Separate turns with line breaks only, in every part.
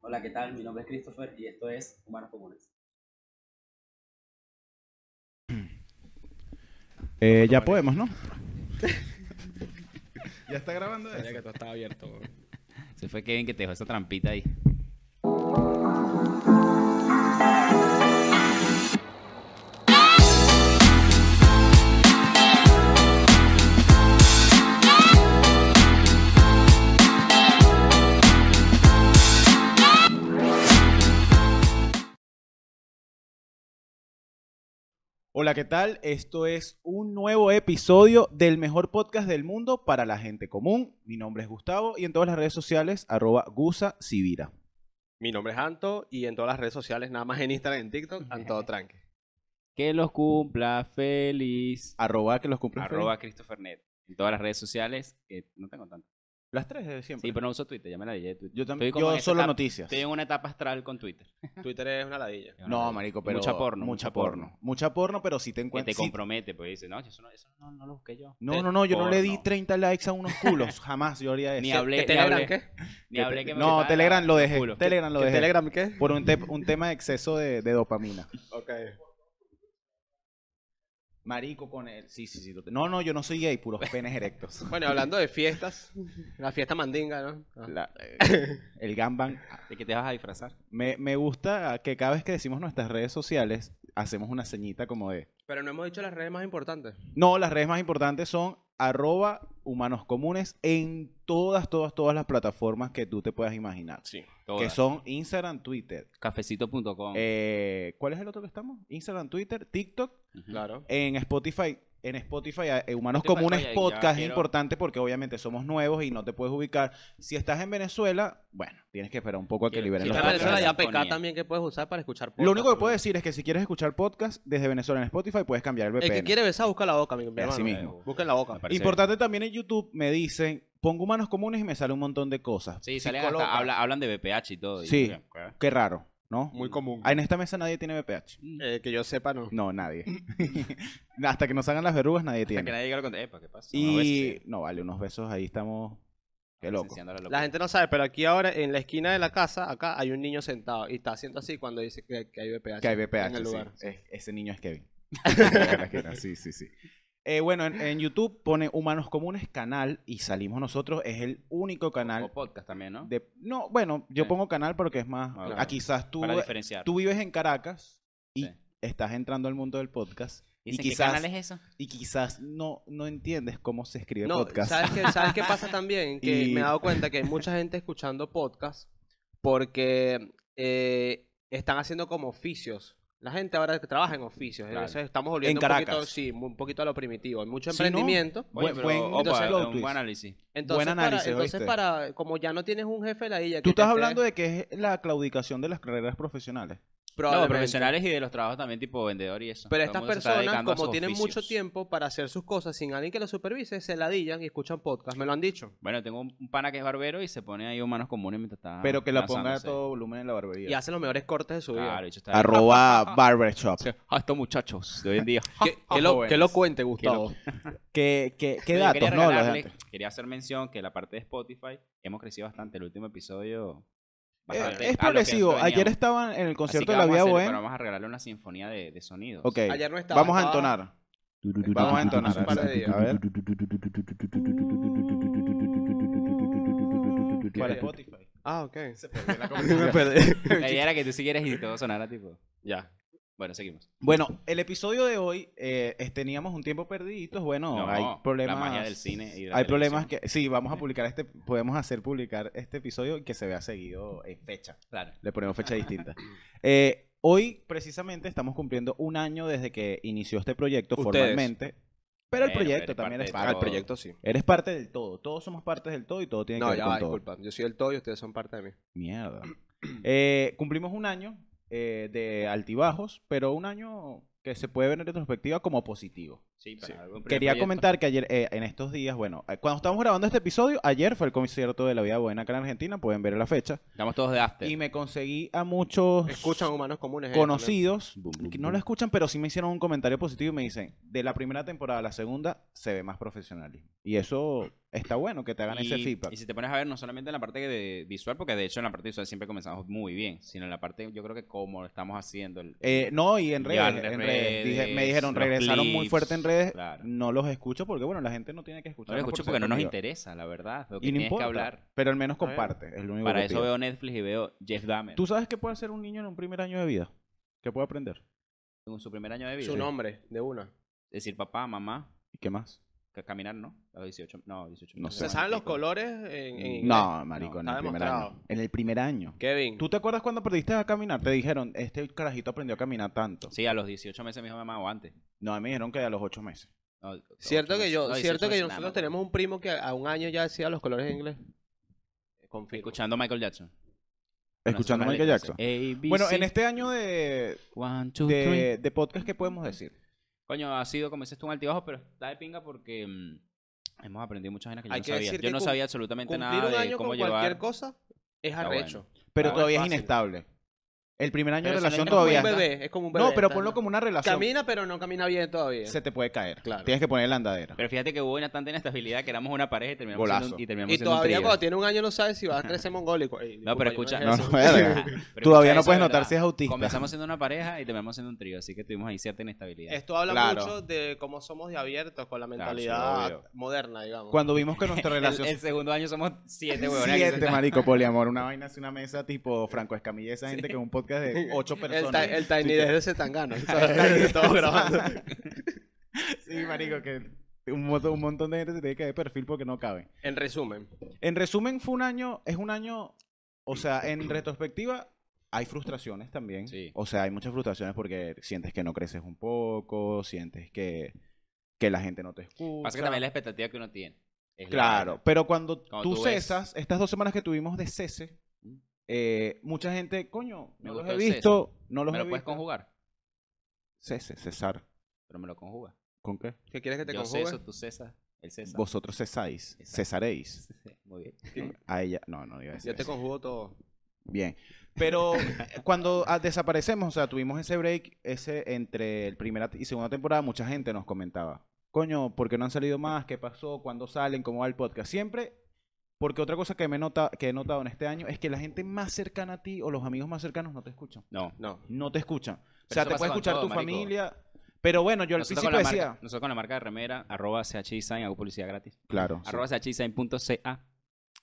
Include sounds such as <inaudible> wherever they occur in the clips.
Hola, ¿qué tal? Mi nombre es Christopher y esto es Humanos Comunes.
Eh, ya podemos, ¿no?
¿Ya está grabando
Coño,
eso?
que todo estaba abierto. weón.
Se fue Kevin que te dejó esa trampita ahí. Hola, ¿qué tal? Esto es un nuevo episodio del mejor podcast del mundo para la gente común. Mi nombre es Gustavo y en todas las redes sociales, arroba Gusa Sibira.
Mi nombre es Anto y en todas las redes sociales, nada más en Instagram y en TikTok,
<laughs>
Anto Tranque.
Que los cumpla feliz.
Arroba que los cumple.
Arroba Christopher Net. En todas las redes sociales. que no tengo tanto.
Las tres de siempre.
Sí, pero no uso Twitter. Ya me la leí de Twitter.
yo también.
estoy como
Yo
en
solo
esa etapa-
noticias.
Estoy en una etapa astral con Twitter.
Twitter es una ladilla.
No, marico, pero.
Mucha porno,
Mucha
mucha
porno.
porno.
Mucha porno, pero si te
Que te
encuentras. sí-
compromete. Pues dice, no, eso no, eso no, no lo busqué yo.
No,
Te-
no, no, yo no le di
porno.
30 likes a unos culos. <laughs> Jamás yo haría eso.
Ni
Que-
hablé,
¿Qué
ni
Telegram
hablé,
qué?
ni hablé que me
No,
gustaba
Telegram lo
los
dejé.
culos.
Telegram lo
¿Qué
dejé.
Telegram qué?
Por un, te- un tema de exceso de, de dopamina.
Ok.
Marico con él. Sí, sí, sí. lo te- No, no, yo no soy gay, puros penes erectos.
<laughs> Bueno, hablando
<laughs>
de fiestas, la fiesta mandinga, ¿no? Ah.
La- el gambang.
¿De qué te vas a disfrazar?
Me, me gusta que cada vez que decimos nuestras redes sociales, hacemos una ceñita como de.
Pero no hemos dicho las redes más importantes.
No, las redes más importantes son arroba humanos comunes en todas, todas, todas las plataformas que tú te puedas imaginar.
Sí.
Que
Todas.
son Instagram, Twitter.
Cafecito.com.
Eh, ¿Cuál es el otro que estamos? Instagram, Twitter, TikTok.
Ujú.
Claro.
En Spotify, en Spotify, eh, Humanos
Spotify,
Comunes
oye, ya
Podcast es
quiero-
importante porque obviamente somos nuevos y no te puedes ubicar. Si estás en Venezuela, bueno, tienes que esperar un poco a que
Quiero-
liberen
si
los
Está
estás en
podcasts.
Venezuela ya
podcasts.
PK
Ponía.
también que puedes usar para escuchar
Lo único que
podcast,
puedo
¿no?
decir es que si quieres escuchar podcast desde Venezuela en Spotify, puedes cambiar el VPN.
El que quiere besar, busca la boca, mi mi hermano.
Así mismo.
Busca en la boca.
parece
Importante también en YouTube, me dicen, pongo Humanos Comunes y me sale un montón de cosas.
Sí,
Si
salen hasta-
colocas-
habla- hablan de BPH y todo. y- pues,
Sí.
Ok.
Qué raro, ¿no?
Muy común.
Ah, En esta mesa nadie tiene VPH.
Eh, que yo sepa, no.
No,
<laughs>
nadie. Hasta que nos hagan las verrugas, nadie
Hasta que
tiene.
nadie diga lo contrario. Epa, ¿qué pasa? Una vez
Y
que-
no, vale, unos besos ahí estamos. Qué loco.
presenciando la
La
locura.
gente no sabe, pero aquí ahora, en la esquina de la casa, acá hay un niño sentado y está haciendo así cuando dice que, que hay VPH.
Que hay VPH,
En el lugar.
sí. Es- ese niño es Kevin. <laughs> En la esquina, sí, sí, sí. Eh, bueno, en, en YouTube pone Humanos Comunes canal y salimos nosotros. Es el único
O
canal
podcast también, ¿no?
de... No, bueno, yo
Sí.
pongo canal porque es más...
Ah,
ah,
claro.
quizás tú,
Para diferenciar.
tú vives en Caracas y
Sí.
estás entrando al mundo del podcast y
Dicen, ¿qué
quizás,
canal es eso?
y quizás no, no entiendes cómo se escribe
No,
podcast.
¿sabes qué, ¿sabes qué
<laughs>
pasa también? Que
Y-
me he dado cuenta que hay mucha gente escuchando podcast porque eh, están haciendo como oficios. La gente ahora que trabaja en oficios.
Claro.
Entonces estamos volviendo
En
un poquito,
Caracas.
sí, un poquito a lo primitivo. Hay mucho
Sí, ¿no?
emprendimiento.
Buen- buen-
opa,
entonces,
un
Lotus.
buen análisis.
Entonces,
Buen análisis,
para, entonces
¿oíste?
para, como ya no tienes un jefe la illa
Tú estás hablando de que es la claudicación de las carreras profesionales.
No, de profesionales y de los trabajos también tipo vendedor y eso.
Pero
Todo
estas
el mundo se está
personas,
dedicando a
como
sus
tienen mucho
oficios.
tiempo para hacer sus cosas sin alguien que los supervise, se ladillan y escuchan podcast. Me lo han dicho.
Bueno, tengo un un pana que es barbero y se pone ahí humanos comunes mientras está.
pero que la ponga a
lanzándose.
todo volumen en la
Y
barbería.
hacen los mejores cortes de su vida.
Claro, bicho, está ahí.
Arroba barbershop.
Sí, A estos muchachos de hoy en día.
Que, que lo, que lo cuente, Gustavo.
Ah, ¿Qué, qué, <laughs> qué
Oye,
datos?
quería,
no, Los de
regalarle-
antes.
quería hacer mención que la parte de Spotify hemos crecido bastante. El último episodio.
Eh,
bastante, a lo
es
que
progresivo.
nosotros
Ayer
veníamos.
estaban en el concierto de
Así
la
que vamos a
Vía
hacer-
Bohem.
pero Vamos a regalarle una sinfonía de, de sonidos.
Ok.
Ayer no estaba,
vamos a
estaba-
entonar. Vamos
Estaba
a
hace un par de
entonar.
días.
A ver.
Para
Spotify. <laughs>
Ah, ok.
<laughs> La idea era que tú siguieras y todo sonara tipo.
ya.
Bueno, seguimos.
Bueno, el episodio de hoy eh, es- teníamos un tiempo perdido. Bueno,
No,
hay problemas.
La magia del cine. Y de la
Hay problemas
televisión.
que sí, vamos a publicar este, podemos hacer publicar este episodio y que se vea seguido en fecha.
Claro.
Le ponemos fecha
<laughs>
distinta. Eh, hoy precisamente estamos cumpliendo un año desde que inició este proyecto
Ustedes.
formalmente, pero el
Bueno,
proyecto
eres
también
parte
es
de
parte.
Al
todo.
proyecto sí.
Eres parte del todo. Todos somos partes del todo y todo tiene que
No,
ver
ya
con
va,
todo.
disculpa. Yo soy el todo y ustedes son parte de mí.
Mierda. <clears throat> Eh, cumplimos un año eh, de altibajos, pero un año que se puede ver en retrospectiva como positivo.
Sí, para algún primer
Quería
proyecto.
comentar que ayer, eh, en estos días, bueno, eh, cuando estamos grabando este episodio, ayer fue el concierto de la vida buena acá en Argentina, pueden ver la fecha,
Estamos todos de after.
y me conseguí a muchos
Escuchan humanos comunes. eh,
conocidos
Boom, boom,
que no lo escuchan, pero sí me hicieron un comentario positivo y me dicen, de la primera temporada a la segunda se ve más profesionalismo. Y eso está bueno que te hagan ese
Y-
feedback.
Y si te pones a ver, no solamente en la parte de visual, porque de hecho en la parte visual siempre comenzamos muy bien, sino en la parte, yo creo que como lo estamos haciendo. el-
Eh, no, y en
Y
redes,
en
en redes. Dije- me
redes,
dijeron,
los
regresaron muy
clips,
fuerte en redes.
claro.
No los escucho porque, bueno, la gente no tiene que
no
escuchar.
lo escucho porque no nos interesa, la verdad. Lo que
Y no
tienes
importa.
que hablar.
Pero al menos
Está bien.
comparte. Es lo único
Para
que
eso
pido.
veo Netflix y veo Jeff Dahmer.
¿Tú sabes qué puede hacer un niño en un primer año de vida? ¿Qué puede aprender?
En su primer año de vida.
Su nombre, de una.
Decir papá, mamá,
¿Y qué más?
ca- caminar, ¿no? A los 18. No, 18.
No sé.
¿Se saben los
Pico.
colores en, en inglés?
No, marico, en
está
el primer
demostrado.
año. En el primer año.
Kevin.
¿Tú te acuerdas cuando perdiste a caminar? Te dijeron, este carajito aprendió a caminar tanto.
Sí, a los 18 meses me dijo mamá o antes.
No, a mí me dijeron que a los ocho meses.
No, ocho
Cierto que
meses.
yo,
No, 18
cierto que
meses,
nosotros
nada más.
tenemos un primo que a un año ya decía los colores en inglés. Confirmo.
Escuchando Michael Jackson.
Escuchando a
Nosotros
Michael
le-
Jackson.
A, B,
Bueno,
C,
en este año de,
one, two, three.
de, de podcast, ¿qué podemos decir?
Coño, ha sido, como dices tú, un altibajo, pero está de pinga porque mm, hemos aprendido muchas vainas que yo
Hay
no
que
sabía.
decir
Yo
que
no
cum-
sabía absolutamente
Cumplir
nada
un
de
año
cómo
con
llevar.
cualquier cosa es
bueno.
arrecho.
Pero
Ah, bueno,
todavía es
fácil.
inestable. El primer año
Pero
de
eso no
relación
es como
todavía.
es como un
está-
bebé, es como un bebé.
No, pero
está-
ponlo como una relación.
Camina, pero no camina bien todavía.
Se te puede caer.
Claro.
Tienes que poner la andadera.
Pero fíjate que hubo una tanta inestabilidad que éramos una pareja y terminamos
Golazo.
siendo un- y terminamos
Y
siendo un
todavía
trío.
cuando tiene un año no sabe si va a crecer mongólico. Ey,
No, pero
disculpa,
escucha.
yo no dije
no, <laughs>
eso.
verga.
Pero escucha
Todavía no
eso,
puedes
¿verdad?
notar si es autista.
Comenzamos siendo una pareja y terminamos siendo un trío, así que tuvimos ahí cierta
<laughs>
inestabilidad.
Esto habla
Claro.
mucho de cómo somos de abiertos con la
Claro,
mentalidad
sí, obvio.
moderna, digamos.
Cuando vimos que nuestra
El-
relación.
el, segundo año somos siete huevones. aquí
Siete,
sentados.
marico, poliamor. Una vaina es una mesa tipo Franco Escamilla. Esa gente que es un podcast de ocho
el,
personas.
ta- el Tiny
Sí,
desde
<laughs>
ese tangano. ¿sabes? Todo grabando.
Sí, marico, que un, moto- un montón de gente se tiene que de perfil porque no cabe.
En resumen,
En resumen, fue un año, es un año, o sea, en retrospectiva hay frustraciones también.
Sí.
O sea, hay muchas frustraciones porque sientes que no creces un poco, sientes que, que la gente no te escucha.
Pasa que también la expectativa que uno tiene. es la
Claro,
verdad.
pero cuando,
Cuando
tú,
tú ves-
cesas, estas dos semanas que tuvimos de cese, eh, mucha gente, coño,
Me
no los
gustó
he
el cese.
visto, no los
me
he
lo puedes
visto.
conjugar,
Cese, cesar.
pero me lo conjuga.
¿Con qué?
¿qué quieres que te
Yo
conjugue?
ceso, tú cesas, él cesa.
Vosotros cesáis,
Exacto.
cesaréis.
Muy bien.
A ella, no, no iba a decir
Yo te
eso.
conjugo todo.
Bien. <laughs> Pero cuando ah, desaparecemos, o sea, tuvimos ese break, ese entre el primera y segunda temporada, mucha gente nos comentaba, coño, ¿por qué no han salido más? ¿Qué pasó? ¿Cuándo salen? ¿Cómo va el podcast? Siempre, porque otra cosa que, me nota, que he notado en este año es que la gente más cercana a ti o los amigos más cercanos no te escuchan.
No.
No.
No te escuchan. o
Pero
sea,
eso
te
pasa
puede
con
escuchar
todo,
tu
marico.
familia. Pero bueno, yo al
Nosotros con,
principio
la
decía...
marca, nosotros con la marca de remera, arroba chdesign, hago publicidad gratis.
Claro. sí.
arroba sachisain.ca.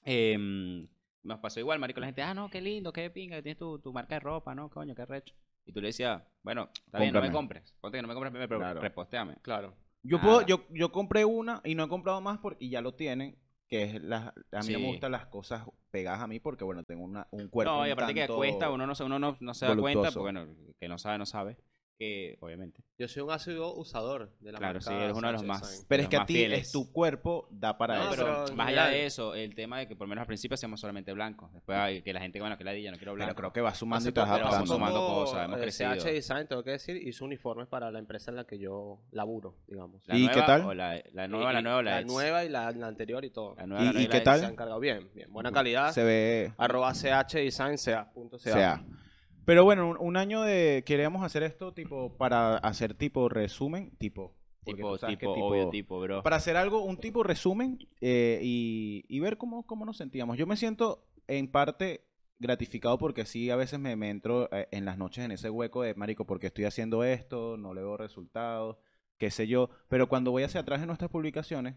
Em, nos pasó igual, marico, la gente, ah, no, qué lindo, qué pinga, que tienes tu, tu marca de ropa, no, coño, qué recho. Y tú le decías, bueno, está bien, no me
Cómprame.
compres, ponte que no me compres primero, pero
Claro.
reposteame.
Claro.
Yo, puedo,
Nada.
yo, yo compré una y no he comprado más porque y ya lo tienen, que es las a mí no me
Sí.
gustan las cosas pegadas a mí porque bueno, tengo una, un cuerpo
No, y
un
aparte que
tanto-
cuesta, uno no, se- uno no, no se da cuenta,
voluptuoso.
porque bueno, el que no sabe, no sabe, que obviamente.
Yo soy un ácido usador de la
Claro,
marca
sí, eres uno de los
Sánchez
más-
Sainz.
Pero es
los
que a
más
ti es
fieles.
tu cuerpo da para
No,
eso.
pero,
pero en
más allá
general-
de eso, el tema de que por lo menos al principio hacíamos solamente blancos, después ay, que la gente, bueno, que la ya no quiero
Pero
blanco.
creo que vas sumando
Hace
y te vas
poco-
pero vamos
adaptando.
sumando.
poco,
cosas, hemos
eh,
crecido.
CH Design, tengo que decir, hizo uniformes para la empresa en la que yo laburo, digamos.
¿La
¿Y qué
nueva
tal?
o la, la nueva, la nueva, o la,
la
ex?
nueva y la, la anterior y todo.
La nueva,
¿Y-
la nueva
y
la
qué
ex.
tal?
Se han cargado bien, bien. Buena calidad.
Se ve,
Arroba CH Design, sea. Punto
se
sea.
sea. Pero bueno, un, un año de queríamos hacer esto tipo para hacer tipo resumen, tipo porque
Tipo,
tú sabes que
tipo, obvio, tipo, bro.
para hacer algo, un tipo resumen eh, y, y ver cómo, cómo nos sentíamos. Yo me siento en parte gratificado porque sí, a veces me, me entro eh, en las noches en ese hueco de, marico, porque estoy haciendo esto, no le veo resultados, qué sé yo. Pero cuando voy hacia atrás en nuestras publicaciones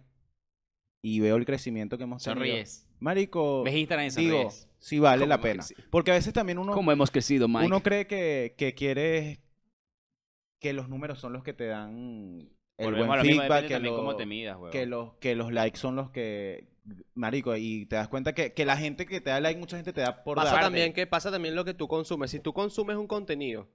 y veo el crecimiento que hemos tenido,
Sonríes.
marico,
Ves Instagram y
digo,
sonríes.
sí vale
¿Cómo
la
hemos
pena.
crecido?
Porque a veces también uno,
¿Cómo hemos crecido, Mike?
uno cree que, que quieres que los números son los que te dan el
Volvemos a
buen
lo mismo,
feedback,
depende
que
también
lo-
cómo te midas, weón.
que los, que los likes son los que. Marico, y te das cuenta que, que la gente que te da like, mucha gente te da por
pasa
dar.
también que pasa también lo que tú consumes. Si tú consumes un contenido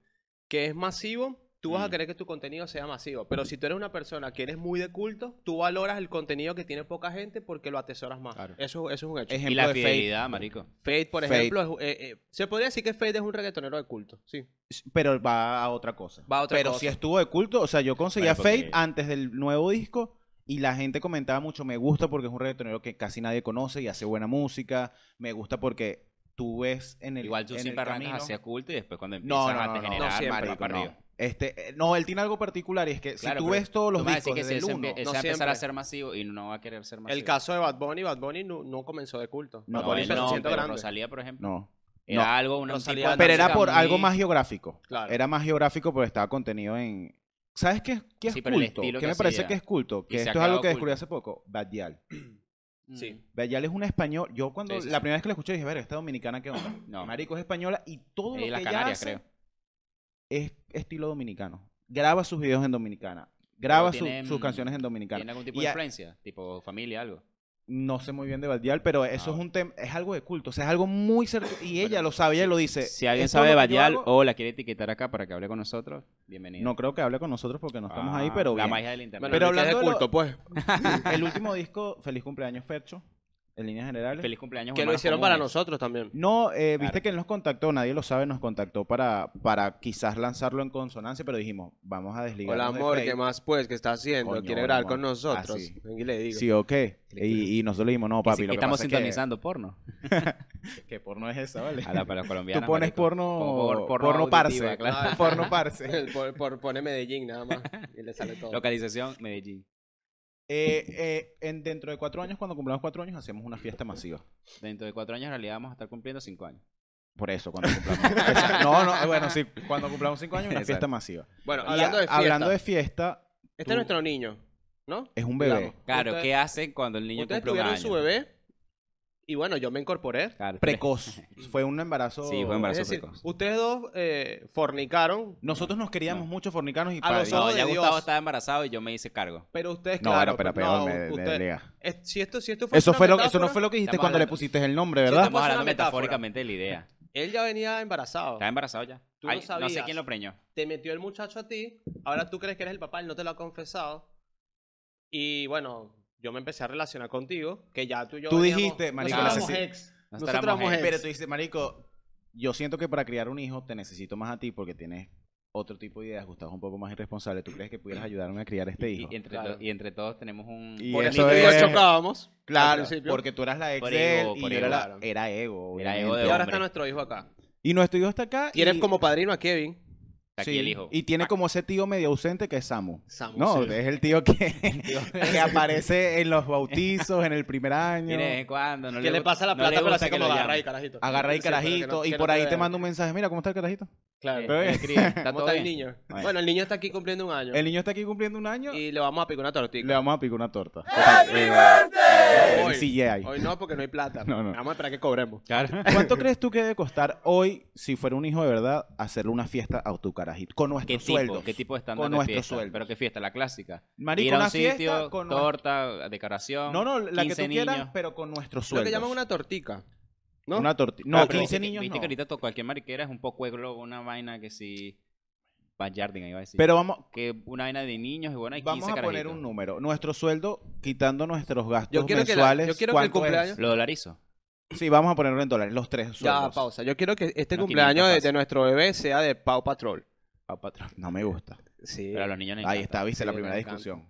que es masivo, tú vas a
Mm.
querer que tu contenido sea masivo. Pero si tú eres una persona que eres muy de culto, tú valoras el contenido que tiene poca gente porque lo atesoras más.
Claro.
Eso, eso es un hecho.
Ejemplo
Y la
de Fade,
fidelidad, marico.
Fade, por
Fade.
ejemplo, es- eh, eh, se podría decir que Fade es un reggaetonero de culto. Sí.
pero va a otra cosa.
Va a otra
pero
cosa.
si estuvo de culto, o sea, yo conseguía
Marico, que-
Fade antes del nuevo disco y la gente comentaba mucho, me gusta porque es un reggaetonero que casi nadie conoce y hace buena música, me gusta porque tú ves en el
Igual tú
en el
siempre arrancas
camino-
hacia culto y después cuando
No,
empiezas
no,
a
no,
te
no,
generar
no,
marico,
marico,
para
no.
arriba.
Este, eh, no, él tiene algo particular y es que
Claro,
si tú
pero
ves todos los
Tú vas a decir
discos
que
desde
si
el
se,
uno-
empie- se
No
va a empezar a
siempre.
ser masivo y no va a querer ser masivo.
El caso de Bad Bunny, Bad Bunny no, no comenzó de culto.
No,
no,
Bad Bunny
él
empezó
no,
siendo
pero
grande.
Rosalía, por ejemplo,
No.
era
No.
algo, un
Rosalía
tipo de
Pero era
música
por
muy-
algo más geográfico.
Claro.
Era más geográfico, pero estaba contenido en. ¿Sabes qué, es- qué es
Sí, pero el
culto? ¿Qué
estilo que
me parece
hacía.
que es culto?
Y
Que
se ha
esto es algo
quedado
que descubrí
culto.
hace poco. Badial.
Mm.
Sí.
Badial es un español. Yo cuando
Sí, sí,
la
sí.
primera vez que la escuché dije, ver, esta dominicana qué onda.
No.
Marico es española y todo
Y
lo
las
que
Canarias,
ella hace
creo.
es estilo dominicano. Graba sus videos en dominicana. Graba su-
tiene,
sus
mm,
canciones en dominicana.
¿Tiene algún tipo
Y
de
a-
influencia? Tipo familia, algo.
No sé muy bien de Badial, pero eso es
bueno.
un tema, es algo de culto, o sea, es algo muy cercano. Y ella
Ah, Bueno,
lo sabe, ella
si-
lo dice.
Si alguien
"Esto es
sabe de
lo que yo
Badial oh,
hago".
o la quiere etiquetar acá para que hable con nosotros, bienvenido.
No creo que hable con nosotros porque no estamos
Ah,
ahí, pero
La
bien.
magia del internet.
Pero
Pero hablando de
hablando de lo-
culto, pues.
El último disco, Feliz cumpleaños, Fercho, en líneas generales.
Feliz cumpleaños.
Que lo
hermanos
hicieron para
comunes.
nosotros también.
No, eh,
Claro.
viste que él nos contactó, nadie lo sabe, nos contactó para, para quizás lanzarlo en consonancia, pero dijimos, vamos a desligar.
Hola amor, ¿qué más pues? ¿Qué está haciendo?
Coño,
¿Quiere
hola,
grabar
amor.
con nosotros?
Así.
Ven y le digo. <laughs>
Sí, ok. Y, y nosotros le dijimos, no,
Que sí,
papi,
que
lo que
estamos
pasa es que-
sintonizando porno.
Que, porno es esa, ¿vale?
A la, para colombiana.
<laughs> Tú pones
marico.
porno,
Pongo por-
porno,
auditiva,
parse.
claro.
<laughs>
Claro.
<laughs>
Porno parse.
por, por- pone Medellín
<laughs>
nada más y le sale todo.
Localización, Medellín.
Eh, eh, en, dentro de cuatro años, cuando cumplamos cuatro años, hacemos una fiesta masiva.
Dentro de cuatro años, en realidad, vamos a estar cumpliendo cinco años.
Por eso, cuando cumplamos.
<laughs>
Exacto. no, no, eh, bueno, sí, cuando cumplamos cinco años, una fiesta
Exacto.
masiva.
Bueno,
Y
hablando
a-
de fiesta,
hablando de fiesta,
este
tú-
es nuestro niño, ¿no?
es un bebé.
Digamos.
Claro,
Ustedes-
¿qué hacen cuando el niño
Ustedes
cumple un
tuvieron
año?
su bebé y bueno, yo me incorporé.
Claro,
Precoz. <laughs> Fue un embarazo.
Sí, fue embarazo.
Es decir,
precoz.
ustedes dos eh, fornicaron,
Nosotros nos queríamos
No.
mucho fornicanos y
A
padre-
los
No,
ojos
ya
de
Gustavo
Dios.
estaba embarazado y yo me hice cargo.
pero ustedes,
No,
claro.
no, pero
pues,
peor,
no,
me, me
ustedes-
delega.
es- si, esto, si esto fue
Eso,
una
fue lo, eso
metáfora,
no fue lo que dijiste
Estamos
cuando le
hablando-
pusiste el nombre, ¿verdad?
Estamos
Fue una
hablando
metáfora.
metafóricamente de la idea.
Él ya venía embarazado.
Estaba embarazado ya.
Tú
Ay,
no
no sé
sabías.
quién lo preñó.
Te metió el muchacho a ti, ahora tú crees que eres el papá, él no te lo ha confesado. Y bueno, yo me empecé a relacionar contigo, que ya tú y yo
Tú
veníamos-
dijiste, marico,
nosotros
necesi-
éramos ex.
Nosotros
Nosotros
éramos
éramos
ex.
Pero tú dices, marico, yo siento que para criar un hijo te necesito más a ti porque tienes otro tipo de ideas, Gustavo, es un poco más irresponsable. ¿Tú crees que pudieras ayudarme a criar este
Y,
hijo?
y entre
Claro.
to- y entre todos tenemos un.
Y
Por
un
eso
eso
niño.
es-
chocábamos. al
Claro,
principio.
porque tú eras la ex
Por
de él
ego,
y
por
yo
ego.
era la...
Claro.
Era ego,
Era
obviamente.
ego de
Y ahora
hombre.
está nuestro hijo acá.
Y nuestro hijo está acá.
Tienes
y-
como padrino a Kevin.
Aquí
sí,
el hijo.
Y tiene como ese tío medio ausente que es Samu.
Samu,
No,
sí.
es <laughs> el tío que, que aparece en los bautizos, en el primer año.
Mira, de vez en cuando. No
que le
gu-
pasa la
no
plata,
le
pero
gusta
así
que
como
lo
agarra y
llamen.
carajito.
Agarra y
Sí, pero que
carajito.
no-
y
que
por
no
ahí
te
te
vean.
mando un mensaje. Mira, ¿cómo está el carajito?
Claro.
Pero-
Le
<laughs>
escribe, ¿Está
¿Cómo
todo
está el
bien?
niño?
Bueno.
Bueno, el niño está aquí cumpliendo un año.
El niño está aquí cumpliendo un año.
Y le vamos a picar una tortita.
Le vamos a picar una torta.
Ah,
Hoy,
Sí, ya hay.
hoy no, porque no hay plata.
No, no.
Vamos a esperar que cobremos.
Claro. <laughs>
¿Cuánto crees tú que debe costar hoy, si fuera un hijo de verdad, hacerle una fiesta a tu carajito? Con nuestro
¿Qué
sueldo.
tipo? ¿Qué tipo de estándar
Con
de
nuestros
fiesta?
sueldos.
Pero qué fiesta, la clásica.
Marico,
Ir a un
una fiesta
sitio,
con-
torta, decoración.
No, no, la que
15
tú quieras,
niños.
pero con nuestro
Lo
sueldo.
que llaman una tortica. ¿No?
Una torti- No,
Ah, pero-
15 niños
Viste
no.
que ahorita to- cualquier mariquera es un poco de globo, una vaina que si... Bajarding, iba a decir.
Pero vamos,
que una vaina de niños y bueno, hay 15
vamos a poner
carajitos.
un número. Nuestro sueldo, quitando nuestros gastos
Yo quiero que la-
mensuales.
yo quiero que el
¿cuánto es?
cumpleaños-
Lo dolarizo.
Sí, vamos a ponerlo en dólares, los tres
Ya,
sueldos.
pausa. Yo quiero que este
Una
cumpleaños de,
fácil.
de nuestro bebé sea de Pau Patrol.
pa' patrón.
No me gusta.
Sí.
Pero a los niños les
Ahí
encanta.
está, viste,
Sí,
la
me
primera
encanta.
discusión.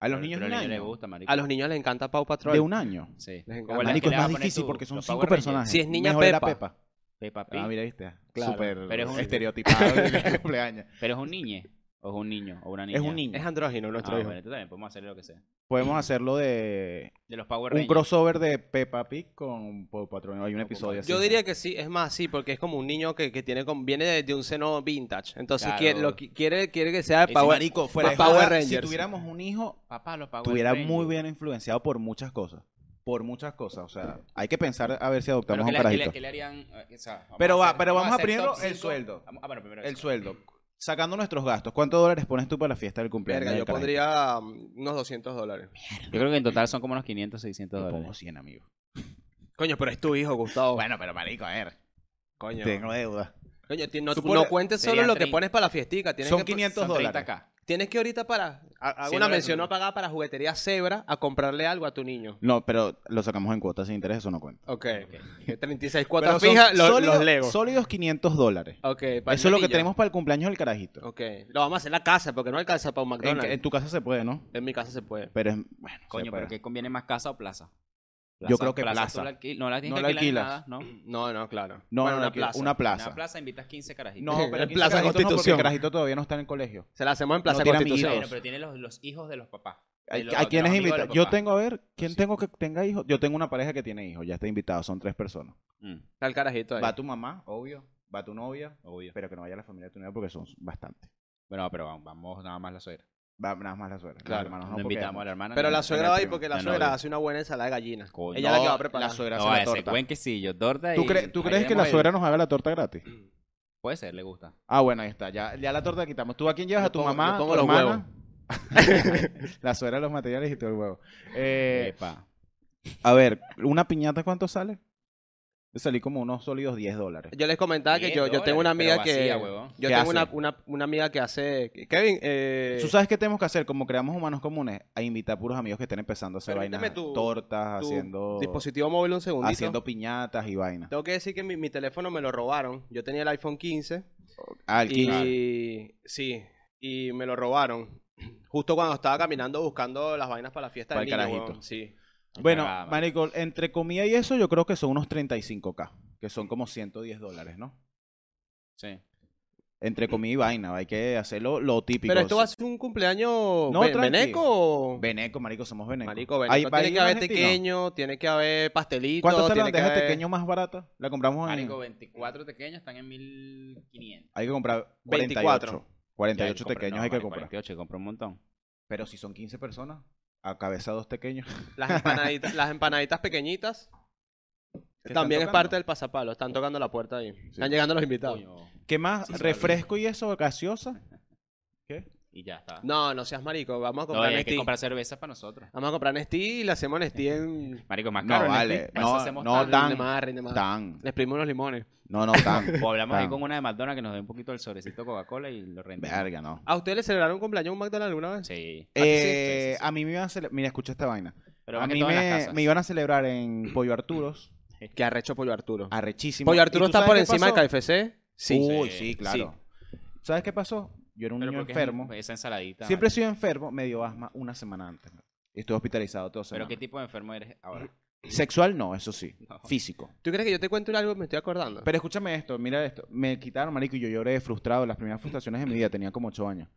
A los niños de
Pero
un
a los niños les
año.
gusta, marico.
A los niños les encanta Pau Patrol.
De un año.
Sí.
Les encanta.
Como la
Marico,
que
es
le vas
más
a poner
difícil
tú,
porque son
los
cinco
Power Rangers.
personajes.
Si es niña
Mejor era
Peppa.
Pepa.
Peppa Pig.
Ah, mira, viste.
Claro.
Súper
Pero es un-
estereotipado
<laughs>
el cumpleaños.
Pero es un niño. O es un niño. O una niña.
Es un
Es
niño.
andrógino nuestro
Ah,
hijo.
bueno, entonces también podemos hacer lo que sea.
Podemos hacerlo de
De los Power
un
Rangers.
crossover de Peppa Pig con Paw Patrol. Hay un episodio así.
Yo diría que sí, es más, sí, porque es como un niño que, que tiene como- viene de, de un seno vintage. Entonces
Claro.
quiere, lo qui- quiere, quiere que sea de
Ese
Power
marico, fuera de
Power
joda, si
Rangers.
tuviéramos un hijo,
Papá, los Power
estuviera
Rangers.
muy bien influenciado por muchas cosas. Por muchas cosas. O sea, hay que pensar a ver si adoptamos a
Pero que
un
le, que le-
carajito.
que le harían... eh, o sea, vamos
Pero
a
va,
hacer-
pero vamos a
hacer
primero
top
el
cinco.
sueldo.
Vamos- Ah, bueno, primero
El sueldo. Sacando nuestros gastos, ¿cuántos dólares pones tú para la fiesta del cumpleaños?
Verga,
del
yo
carajito?
pondría um, unos 200 dólares.
Yo creo que en total son como unos 500, 600
Yo pongo
dólares.
100, amigo.
Coño, pero es tu hijo, Gustavo.
Bueno, pero marico, a ver.
coño.
Tengo deuda.
Coño, ti- no,
Tú
no
pones-
cuentes solo
serían
lo que
30.
pones para la fiestica. Tienes
Son
que,
500
Son
dólares.
30K.
Tienes que ahorita para. ha- Hago
Sí,
una
no,
mención
Ah, no.
no pagada para juguetería Zebra a comprarle algo a tu niño.
No, pero lo sacamos en cuotas sin interés, eso no cuenta.
Ok.
Ok.
Que 36
Pero
cuotas
son
fijas, lo-
sólidos-
los legos.
Sólidos 500 dólares.
Ok, para el
Eso es lo que
niño.
tenemos para el cumpleaños del carajito.
Ok. Lo vamos a hacer en la casa porque no alcanza para un
En,
McDonald's.
en tu casa se puede, ¿no?
En mi casa se puede.
Pero es. Bueno, se
Coño,
puede.
pero ¿qué conviene más casa o plaza?
Yo creo que
tú
plaza.
la alquil- no la tienes
No
que
la
alquilar ni
alquilas.
nada, ¿no?
No, no, claro.
No, no,
Bueno, una
no, que-
plaza.
Una
En
plaza.
la plaza invitas 15 carajitos.
No, pero aquí en
Plaza
Carajito no, porque
Constitución.
Carajito todavía no está en el colegio.
Se la hacemos en Plaza
No tiene
Constitución.
Bueno,
amigos.
pero tiene los, los hijos de los papás.
¿A,
de los-
a
de los
quiénes
amigos de
invita?
los
Yo
papás.
tengo, a ver, ¿quién
Sí.
tengo que tenga hijos? Yo tengo una pareja que tiene hijos, ya está invitado, son tres personas.
Mm.
Está el carajito ahí.
Va tu mamá, obvio. Va tu novia,
Obvio.
pero que no vaya la familia de tu novia porque son bastantes.
Bueno, pero vamos, vamos nada más la suegra.
Va nada más la suegra.
Claro,
Los hermanos
No,
no, porque-
invitamos a la hermana.
Pero
ni-
la
ni
suegra
al
va ahí
primo,
porque la
ni al
suegra
novio.
hace una buena ensalada de gallina.
Coño.
Ella es la que va a
No,
preparar.
La suegra hace
No,
la
ese
torta.
buen quesillo, torta
¿Tú,
y-
cre- tú crees
ahí
que la
tenemos el-
suegra nos haga la torta gratis?
Puede ser, le gusta.
Ah, bueno, ahí está. Ya, ya la torta la quitamos. ¿Tú a quién llevas?
Yo
¿A tu
pongo-
mamá?
yo
a
pongo
tu
los
hermana? <laughs> la suegra, los materiales y todo el huevo. Eh,
Epa.
a ver, ¿una piñata cuánto sale? Salí como unos sólidos 10 dólares.
Yo les comentaba que
10
yo, yo tengo una
dólares,
amiga
pero vacía,
que.
huevón.
Yo
¿Qué
tengo una,
hace?
una, una amiga que hace. Kevin, eh.
¿Tú sabes qué tenemos que hacer? Como creamos humanos comunes, a invitar puros amigos que estén empezando a hacer
Permíteme
vainas,
tu-
tortas,
tu
haciendo,
Dispositivo móvil un segundito.
haciendo piñatas y vainas.
Tengo que decir que mi, mi teléfono me lo robaron. Yo tenía el iPhone 15
Ah, el 15.
y sí, y me lo robaron <clears throat> justo cuando estaba caminando buscando las vainas para la fiesta
Para
del
el
niño,
carajito.
weón. Sí.
Bueno,
Cagada, man.
marico, entre comida y eso, yo creo que son unos 35k, que son como 110 dólares, ¿no?
Sí.
Entre comida y vaina, hay que hacerlo lo típico.
Pero esto va a ser un cumpleaños
No,
ve-
tranqui.
veneco o
Veneco, marico, somos veneco.
marico
Ahí
veneco.
va
tiene
ahí
que
un
haber este
argentino.
tequeño, tiene que haber pastelito,
¿Cuánto está la
tiene que
bandeja de
haber-
tequeño más barata? La compramos en...
Marico, 24 pequeños están en 1500.
Hay que comprar
24.
48. 48
Ya,
tequeños
no,
hay que
vale,
comprar.
48, compré un montón.
Pero si son 15 personas, a cabeza dos tequeños.
Las empanaditas, las empanaditas pequeñitas
están
también es
tocando? Oh.
parte del pasapalo. Están tocando la puerta ahí. Están
Sí.
llegando los invitados.
Coño.
¿Qué más?
Sí,
¿Refresco y eso? ¿Gaseosa? ¿Qué?
Y ya está.
No, no seas marico. Vamos a
No,
comprar
hay que
Nestí.
comprar cerveza para nosotros.
Vamos a comprar Nestí y le hacemos Nestí en...
Marico, es más
No,
caro. el
vale.
Netflix. Para eso
No,
hacemos
no,
tan-
tan-
Rinde más, rinde más.
Tan.
Le exprimimos unos limones.
No, no, tan. <laughs>
O hablamos ahí
Tan.
con una de McDonald's que nos dé un poquito el sobrecito Coca-Cola y lo rendimos.
Verga, no.
¿A ustedes le celebraron un cumpleaños en un McDonald's alguna vez?
Sí.
Eh,
Sí, sí, sí.
A mí me iban a celebrar... Mira, escucha esta vaina.
Pero
a
más que
mí
todo en las
me,
casas.
me iban a celebrar en Pollo Arturos.
Que arrecho Pollo Arturo.
Arrechísimo.
Pollo
Ah, ¿Y
Arturo
tú
está
sabes
por
qué
encima
pasó?
de KFC. Sí.
Uy,
Sí,
sí, claro. ¿Sabes qué pasó? Yo era un
Pero
niño
porque es
enfermo.
Esa ensaladita.
Siempre he
marico.
sido enfermo, me dio asma una semana antes. Estuve hospitalizado todo
Pero
semana.
qué tipo de enfermo eres ahora.
Sexual no, eso sí.
No.
Físico.
¿Tú crees que yo te cuento algo? Me estoy acordando.
Pero escúchame esto, mira esto. Me quitaron, marico, y yo lloré frustrado. Las primeras frustraciones de mi vida, tenía como ocho años.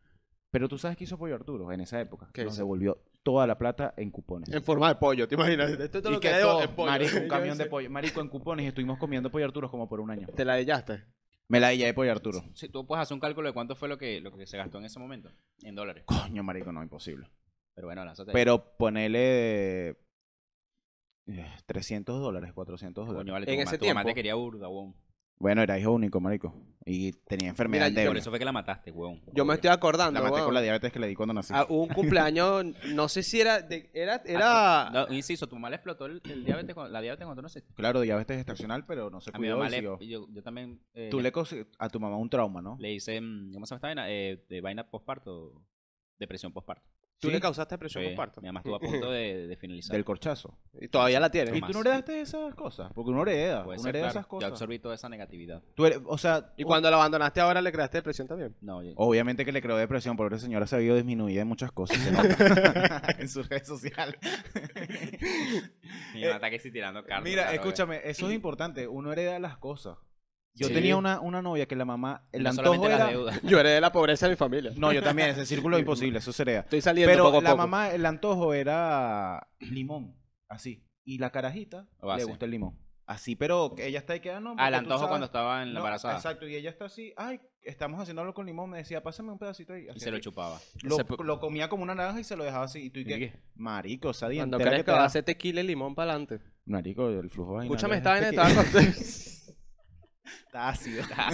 Pero tú sabes qué hizo Pollo Arturo en esa época.
¿Qué
Nos
hizo?
devolvió toda la plata en cupones.
En forma de pollo, ¿te imaginas? Esto es todo
y
lo que
que
le debo,
todo,
es pollo.
marico, un
<laughs> Yo
camión de
sé.
pollo. Marico, en cupones y estuvimos comiendo Pollo Arturo como por un año.
¿Te la dellaste?
Me la de Pollo Arturo.
Si tú puedes hacer un cálculo de cuánto fue lo que, lo que se gastó en ese momento. En dólares.
Coño, marico, no, imposible.
Pero bueno, lánzate. ahí.
Pero ponele... eh, 300 dólares, 400 dólares.
Coño, vale,
En
tu,
ese
mamá, tu mamá
tiempo.
te quería burda, weón.
Bueno, era hijo único, marico. Y tenía enfermedad
Mira, yo-
Por
endeble.
eso fue que la mataste, weón.
Yo me estoy
La
acordando,
maté
weón.
con la diabetes que le di cuando nací.
Ah, hubo un cumpleaños, no sé si era... de- era, era...
Ah,
Ah, No, inciso, tu mamá le explotó el, el diabetes cuando- la diabetes cuando no se.
claro, diabetes estacional, pero no se
A mi
cuidó
mamá
y
le.
siguió.
Yo, yo también. eh,
Tú
le,
le cose- a tu mamá un trauma, ¿no?
le hice. mm, ¿Cómo se llama esta vaina? Eh, de vaina postparto. Depresión postparto.
¿Tú
¿Sí?
le causaste presión
Sí,
postparto?
Mi mamá estuvo a
<laughs>
punto de, de finalizar.
Del corchazo.
Y todavía la
¿Y
tienes.
Más.
tú no heredaste esas cosas? Porque uno hereda,
Puede
uno
ser,
hereda
claro.
esas cosas.
Yo absorbí toda esa negatividad.
Tú eres- o sea,
Y
u-
cuando la abandonaste ahora le creaste depresión también.
No, yo-
obviamente que le creó depresión, pobre señora se ha visto disminuida en muchas
<laughs>
cosas. se nota. en sus redes sociales.
mi mamá está que sí tirando cartas.
Mira,
claro,
escúchame, eso es importante, uno hereda las cosas. Yo
Sí.
tenía una, una novia que la mamá, el
no
antojo
solamente las
era...
deudas.
<laughs> Yo heredé la pobreza de mi familia.
No, yo también, ese círculo es imposible, eso se hereda.
<laughs>
Estoy saliendo
Pero
poco a
la
poco.
mamá, el antojo era limón, así. Y la carajita
Ah,
le
sí.
gusta el limón. Así, pero que ella está ahí que, ah, no, porque
Al
tú
antojo
sabes-
cuando estaba en la
No,
embarazada.
Exacto, y ella está así, ay, estamos haciendo algo con limón, me decía, pásame un pedacito ahí.
Y
así,
se lo
así.
chupaba.
Lo,
Se pu-
lo comía como una naranja y se lo dejaba así. Y tú, ¿y qué? <laughs>
<laughs>
Marico, esa
Cuando
dientera que te
crezca va
da.
a hacer tequila y limón para adelante.
Marico, el flujo vaginal
Escúchame,
es
estaba
<laughs> este
en estaba <laughs> con-
que- Está ácido.
<laughs> Ah,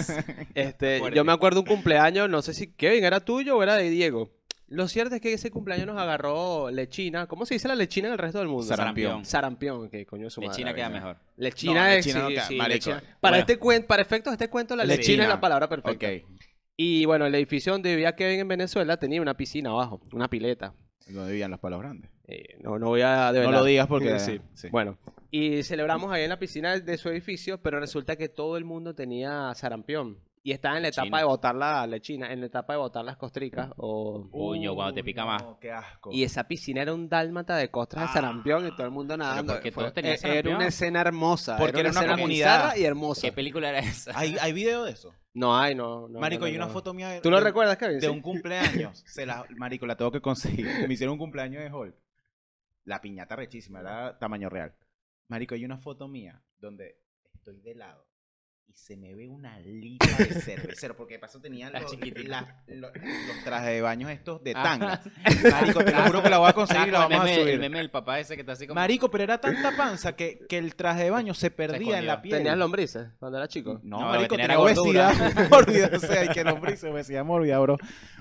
Este,
Fuerte.
yo me acuerdo un cumpleaños, no sé si Kevin era tuyo o era de Diego. Lo cierto es que ese cumpleaños nos agarró lechina. ¿Cómo se dice la lechina en el resto del mundo?
Sarampión.
Sarampión, que coño es su
De
madre,
China
la
queda
verdad.
mejor.
Lechina
No,
es
lechina no
sí,
queda-
sí,
marico.
lechina. Para
Bueno.
este cuento, para efectos de este cuento, la lechina,
Lechina.
es la palabra perfecta.
ok.
Y bueno, el edificio donde vivía Kevin en Venezuela tenía una piscina abajo, una pileta.
No debían las palabras grandes.
Eh, no, no voy a
No
develar.
lo digas porque.
Sí.
sí.
Bueno, y celebramos ahí en la piscina de su edificio, pero resulta que todo el mundo tenía sarampión. Y estás en la etapa
Lechina.
de botar la lechina, en la etapa de botar las costricas. O...
Coño, cuando te pica más.
No, qué asco.
Y esa piscina era un dálmata de costras
Ah.
de sarampión y todo el mundo nadando.
porque
Fue-
todos tenían
eh, era
sarampión.
una escena hermosa.
Porque era
era una,
una
escena
comunidad.
bizarra y hermosa.
¿Qué película era esa?
¿Hay, ¿Hay video de eso?
No hay, no. no,
marico,
no,
hay
no,
una
no.
foto mía de,
¿Tú lo
de-
recuerdas, Kevin?
de un cumpleaños. Se la, marico, la tengo que conseguir. <laughs> Me hicieron un cumpleaños de Hulk. La piñata rechísima, era tamaño real. Marico, hay una foto mía donde estoy de lado y se me ve una lipa de cervecero, porque de paso tenía
<laughs> La
los,
chiquitica.
la- lo- los trajes de baños estos <laughs> de tanga.
Ah,
<laughs> Marico, te lo juro
<laughs>
que la voy a conseguir y la
con el
vamos a
meme- El
subir.
meme del papá ese que está así como...
Marico, pero era tanta panza que, que el traje de baño se perdía en la
escondió.
piel.
¿Tenías lombrices cuando era chico?
No,
No,
marico,
tenía
tenía
la gordura.
obesidad <laughs> mórbida, o sea, y que lombriz, obesidad mórbida, bro.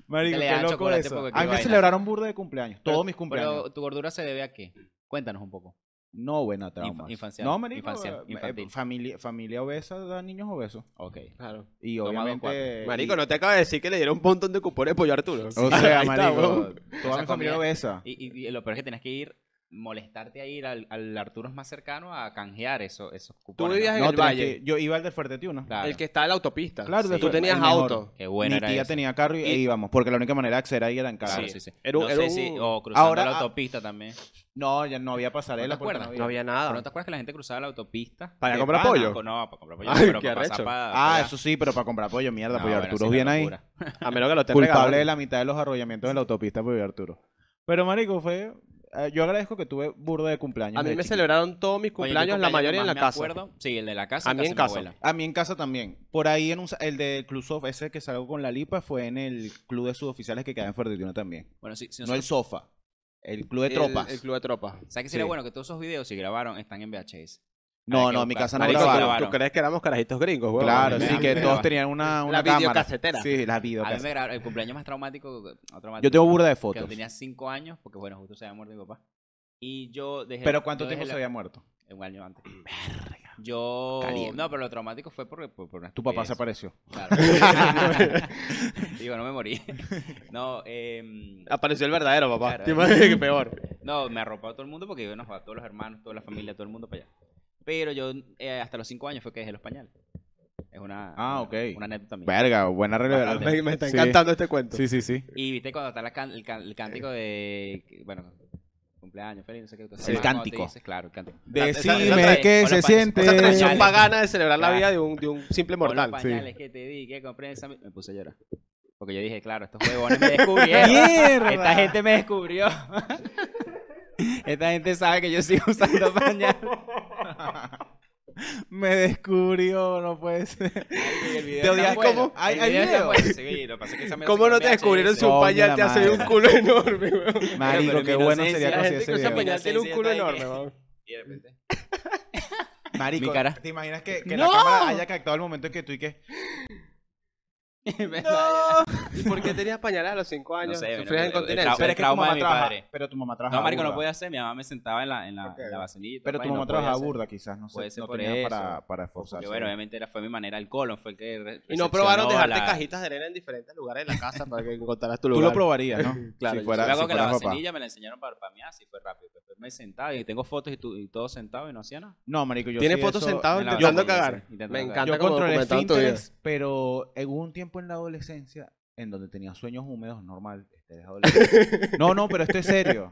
Marico,
Que le
qué
dan
loco
chocolate
eso.
porque qué
A mí me
vaina.
celebraron burda de cumpleaños,
Pero-
todos mis cumpleaños.
Pero tu gordura se debe a qué? Cuéntanos un poco.
no buena trauma.
infancial,
No, marico,
infancial,
eh,
infantil.
familia, familia obesa da niños obesos.
Ok.
Claro.
Y
Tomado
obviamente...
Marico,
y-
no te acabo de decir que le dieron un montón de cupones de pollo a
<laughs>
Arturo.
O sea,
Ahí está,
marico,
weón.
O
toda
sea,
mi familia
comida-
obesa.
Y, y- y lo peor es que tenías que ir, molestarte a ir al, al Arturo más cercano a canjear eso, esos cupones.
vivías en
No,
el
tenía
valle.
que- yo iba al del Fuerte Tiuna.
Claro.
El que está en la autopista.
Claro,
Sí.
del
Tú
Tú
Fuerte-
tenías
el mejor.
auto.
Qué bueno
Mi
era
tía
eso.
tenía carro y,
Y-
e íbamos, porque la única manera de acceder ahí era en carro.
Claro, sí, sí.
Era un-
No
era
sé si-
un-
O cruzando
Ahora,
la
a-
autopista también.
No, ya no había pasarela.
¿No te
porque
acuerdas?
No había nada.
¿Pero no te acuerdas que la gente cruzaba la autopista?
¿Para
De
comprar
pana,
pollo?
No, no, para comprar pollo.
Ay,
pero
qué
para pasar
arrecho.
para-
Ah,
para-
eso sí, pero para comprar pollo, mierda,
No,
pollo
bueno,
Arturo
sí,
es
la
bien ahí.
locura.
A menos que lo tengas
culpable de la mitad de los arrollamientos de la autopista por Arturo. Pero, marico, fue... eh, Yo agradezco que tuve burda de cumpleaños.
A mí
de
me
chiquito.
celebraron todos mis
Oye, ¿qué
cumpleaños, la
cumpleaños
mayoría en la
más me
casa.
acuerdo? Sí, el de la casa.
A mí en
mi
casa.
abuela.
A mí en casa también. Por ahí, en un, sa- el de Clusof, ese que salgo con la lipa, fue en el club de suboficiales que queda en Fortituno también.
Bueno, sí, sí,
No el
nosotros-
sofá. El club de
El-
tropas.
El, club de tropas.
¿Sabes qué sería
sí.
bueno? Que todos esos videos, si grabaron, están en VHS.
no,
hay que
no, en mi
buscar.
casa no
Marico,
tú-
grabaron.
grabaron.
¿tú, crees que éramos carajitos gringos, weón?
Claro,
me
sí,
da-
que
me
todos
da-
tenían una, una
La
cámara.
videocasetera.
Sí, la
A mí
videocasetera.
me grabaron el cumpleaños más traumático. más traumático
Yo tengo burda de
Que
fotos.
tenía 5 años, porque bueno, justo se había muerto mi papá. Y yo dejé.
Pero ¿cuánto
yo
tiempo
dejé
se
la-
había muerto?
Un año antes. Yo.
Caliente.
No, pero lo traumático fue por, por, por una
Tu papá se
estupidez.
apareció.
Claro.
<laughs>
<laughs> Digo, no me morí. <laughs> No, em,
Apareció el verdadero, papá.
Claro.
Te imaginas que <laughs> peor.
no, me arropó a todo el mundo porque yo nos a todos los hermanos, toda la familia, todo el mundo para allá. Pero yo eh, hasta los 5 años fue que dejé los pañales. Es una,
Ah,
una,
ok.
una anécdota mía.
Verga, buena relevación. <laughs>
Me, me está
Sí.
encantando este cuento.
Sí, sí, sí.
Y viste cuando está la can- el, can- el cántico de. Bueno, cumpleaños, feliz, no sé qué. cosa.
Sí, el
Cuando te
cántico.
dices, claro, el cántico.
esa-
Decime
esa-
qué
con
se
los panes.
siente.
Esa
Esa tradición
Pañales.
pagana de celebrar la
Claro.
vida de un, de un simple
Por los
mortal.
pañales que te di, que compré en esa- Me puse a llorar. Porque yo dije, claro, estos
<laughs>
huevones me descubrieron.
¡Mierda!
Esta gente me descubrió. <laughs> Esta gente sabe que yo sigo <laughs> usando pañales.
Me descubrió, no puede ser. Te odias como- ¿Hay- hay video?
¿Cómo no te descubrieron si un
Coño,
pañal
la
te hace de un
madre.
culo enorme, weón?
Marico,
Pero
qué
mi
bueno
inocencia,
sería
la
La
conseguir
gente
ese
que usa
video.
pañal tiene un
Sí,
culo
está ahí.
enorme, weón.
<laughs>
Marico,
Mi cara.
¿te imaginas que, que
¡No!
la cámara haya captado el momento en que tú y que...
¿Y por qué tenías pañales a los 5 años?
sé, mira,
Sufrías
el- el
incontinencia.
trau- Pero es que tu trauma de mamá mi trabaja- padre.
Pero tu mamá trabaja
No, marico, no podía hacer. Mi mamá me sentaba en la, en la,
Ok.
en la vaselina.
Pero
papá,
tu
y no
mamá
podía
trabajaba
hacer.
burda, quizás. No,
Puede
sé,
ser
no
por
tenía
eso.
para, para
Porque
esforzarse.
bueno, obviamente era, fue mi manera el colon, fue el que re-
Y no probaron
recepcionó
dejarte
la-
cajitas de arena en diferentes lugares de la casa para que encontraras
Tú
tu lugar.
lo probarías,
<laughs>
¿no?
Claro,
si
yo
fuera,
Yo me
si
acuerdo que la
fuera papá.
vaselina me la enseñaron para, para mí así, fue rápido. Pero me sentaba y tengo fotos y, tu- y todo sentado y no hacía nada.
No, marico, yo
Tienes
sí
fotos
eso-
sentados
en la
intentando
vaselina,
cagar.
sí, intentando
Me
cagar.
encanta
Yo
como
controlé
documentan tu vida.
Pinterest, pero en- hubo un tiempo en la adolescencia en donde tenía sueños húmedos, normal. este, de <laughs> adolescente. no, no, pero esto es serio.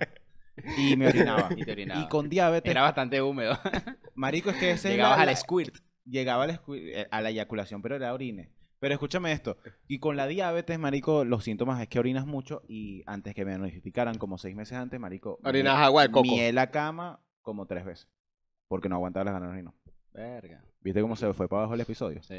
Y
<laughs>
me orinaba.
Y te orinaba.
Y con diabetes,
Era bastante húmedo. <laughs>
marico, es que ese es
Llegabas
la-
al
la-
squirt.
llegaba a la, escu- eh, a la eyaculación, pero era orine. Pero escúchame esto. Y con la diabetes, marico, los síntomas es que orinas mucho y antes que me diagnosticaran, como seis meses antes, marico,
Orinabas agua de coco.
miel la cama como tres veces. Porque no aguantaba las ganas de orinar.
Verga.
¿Viste cómo se fue para abajo el episodio?
Sí.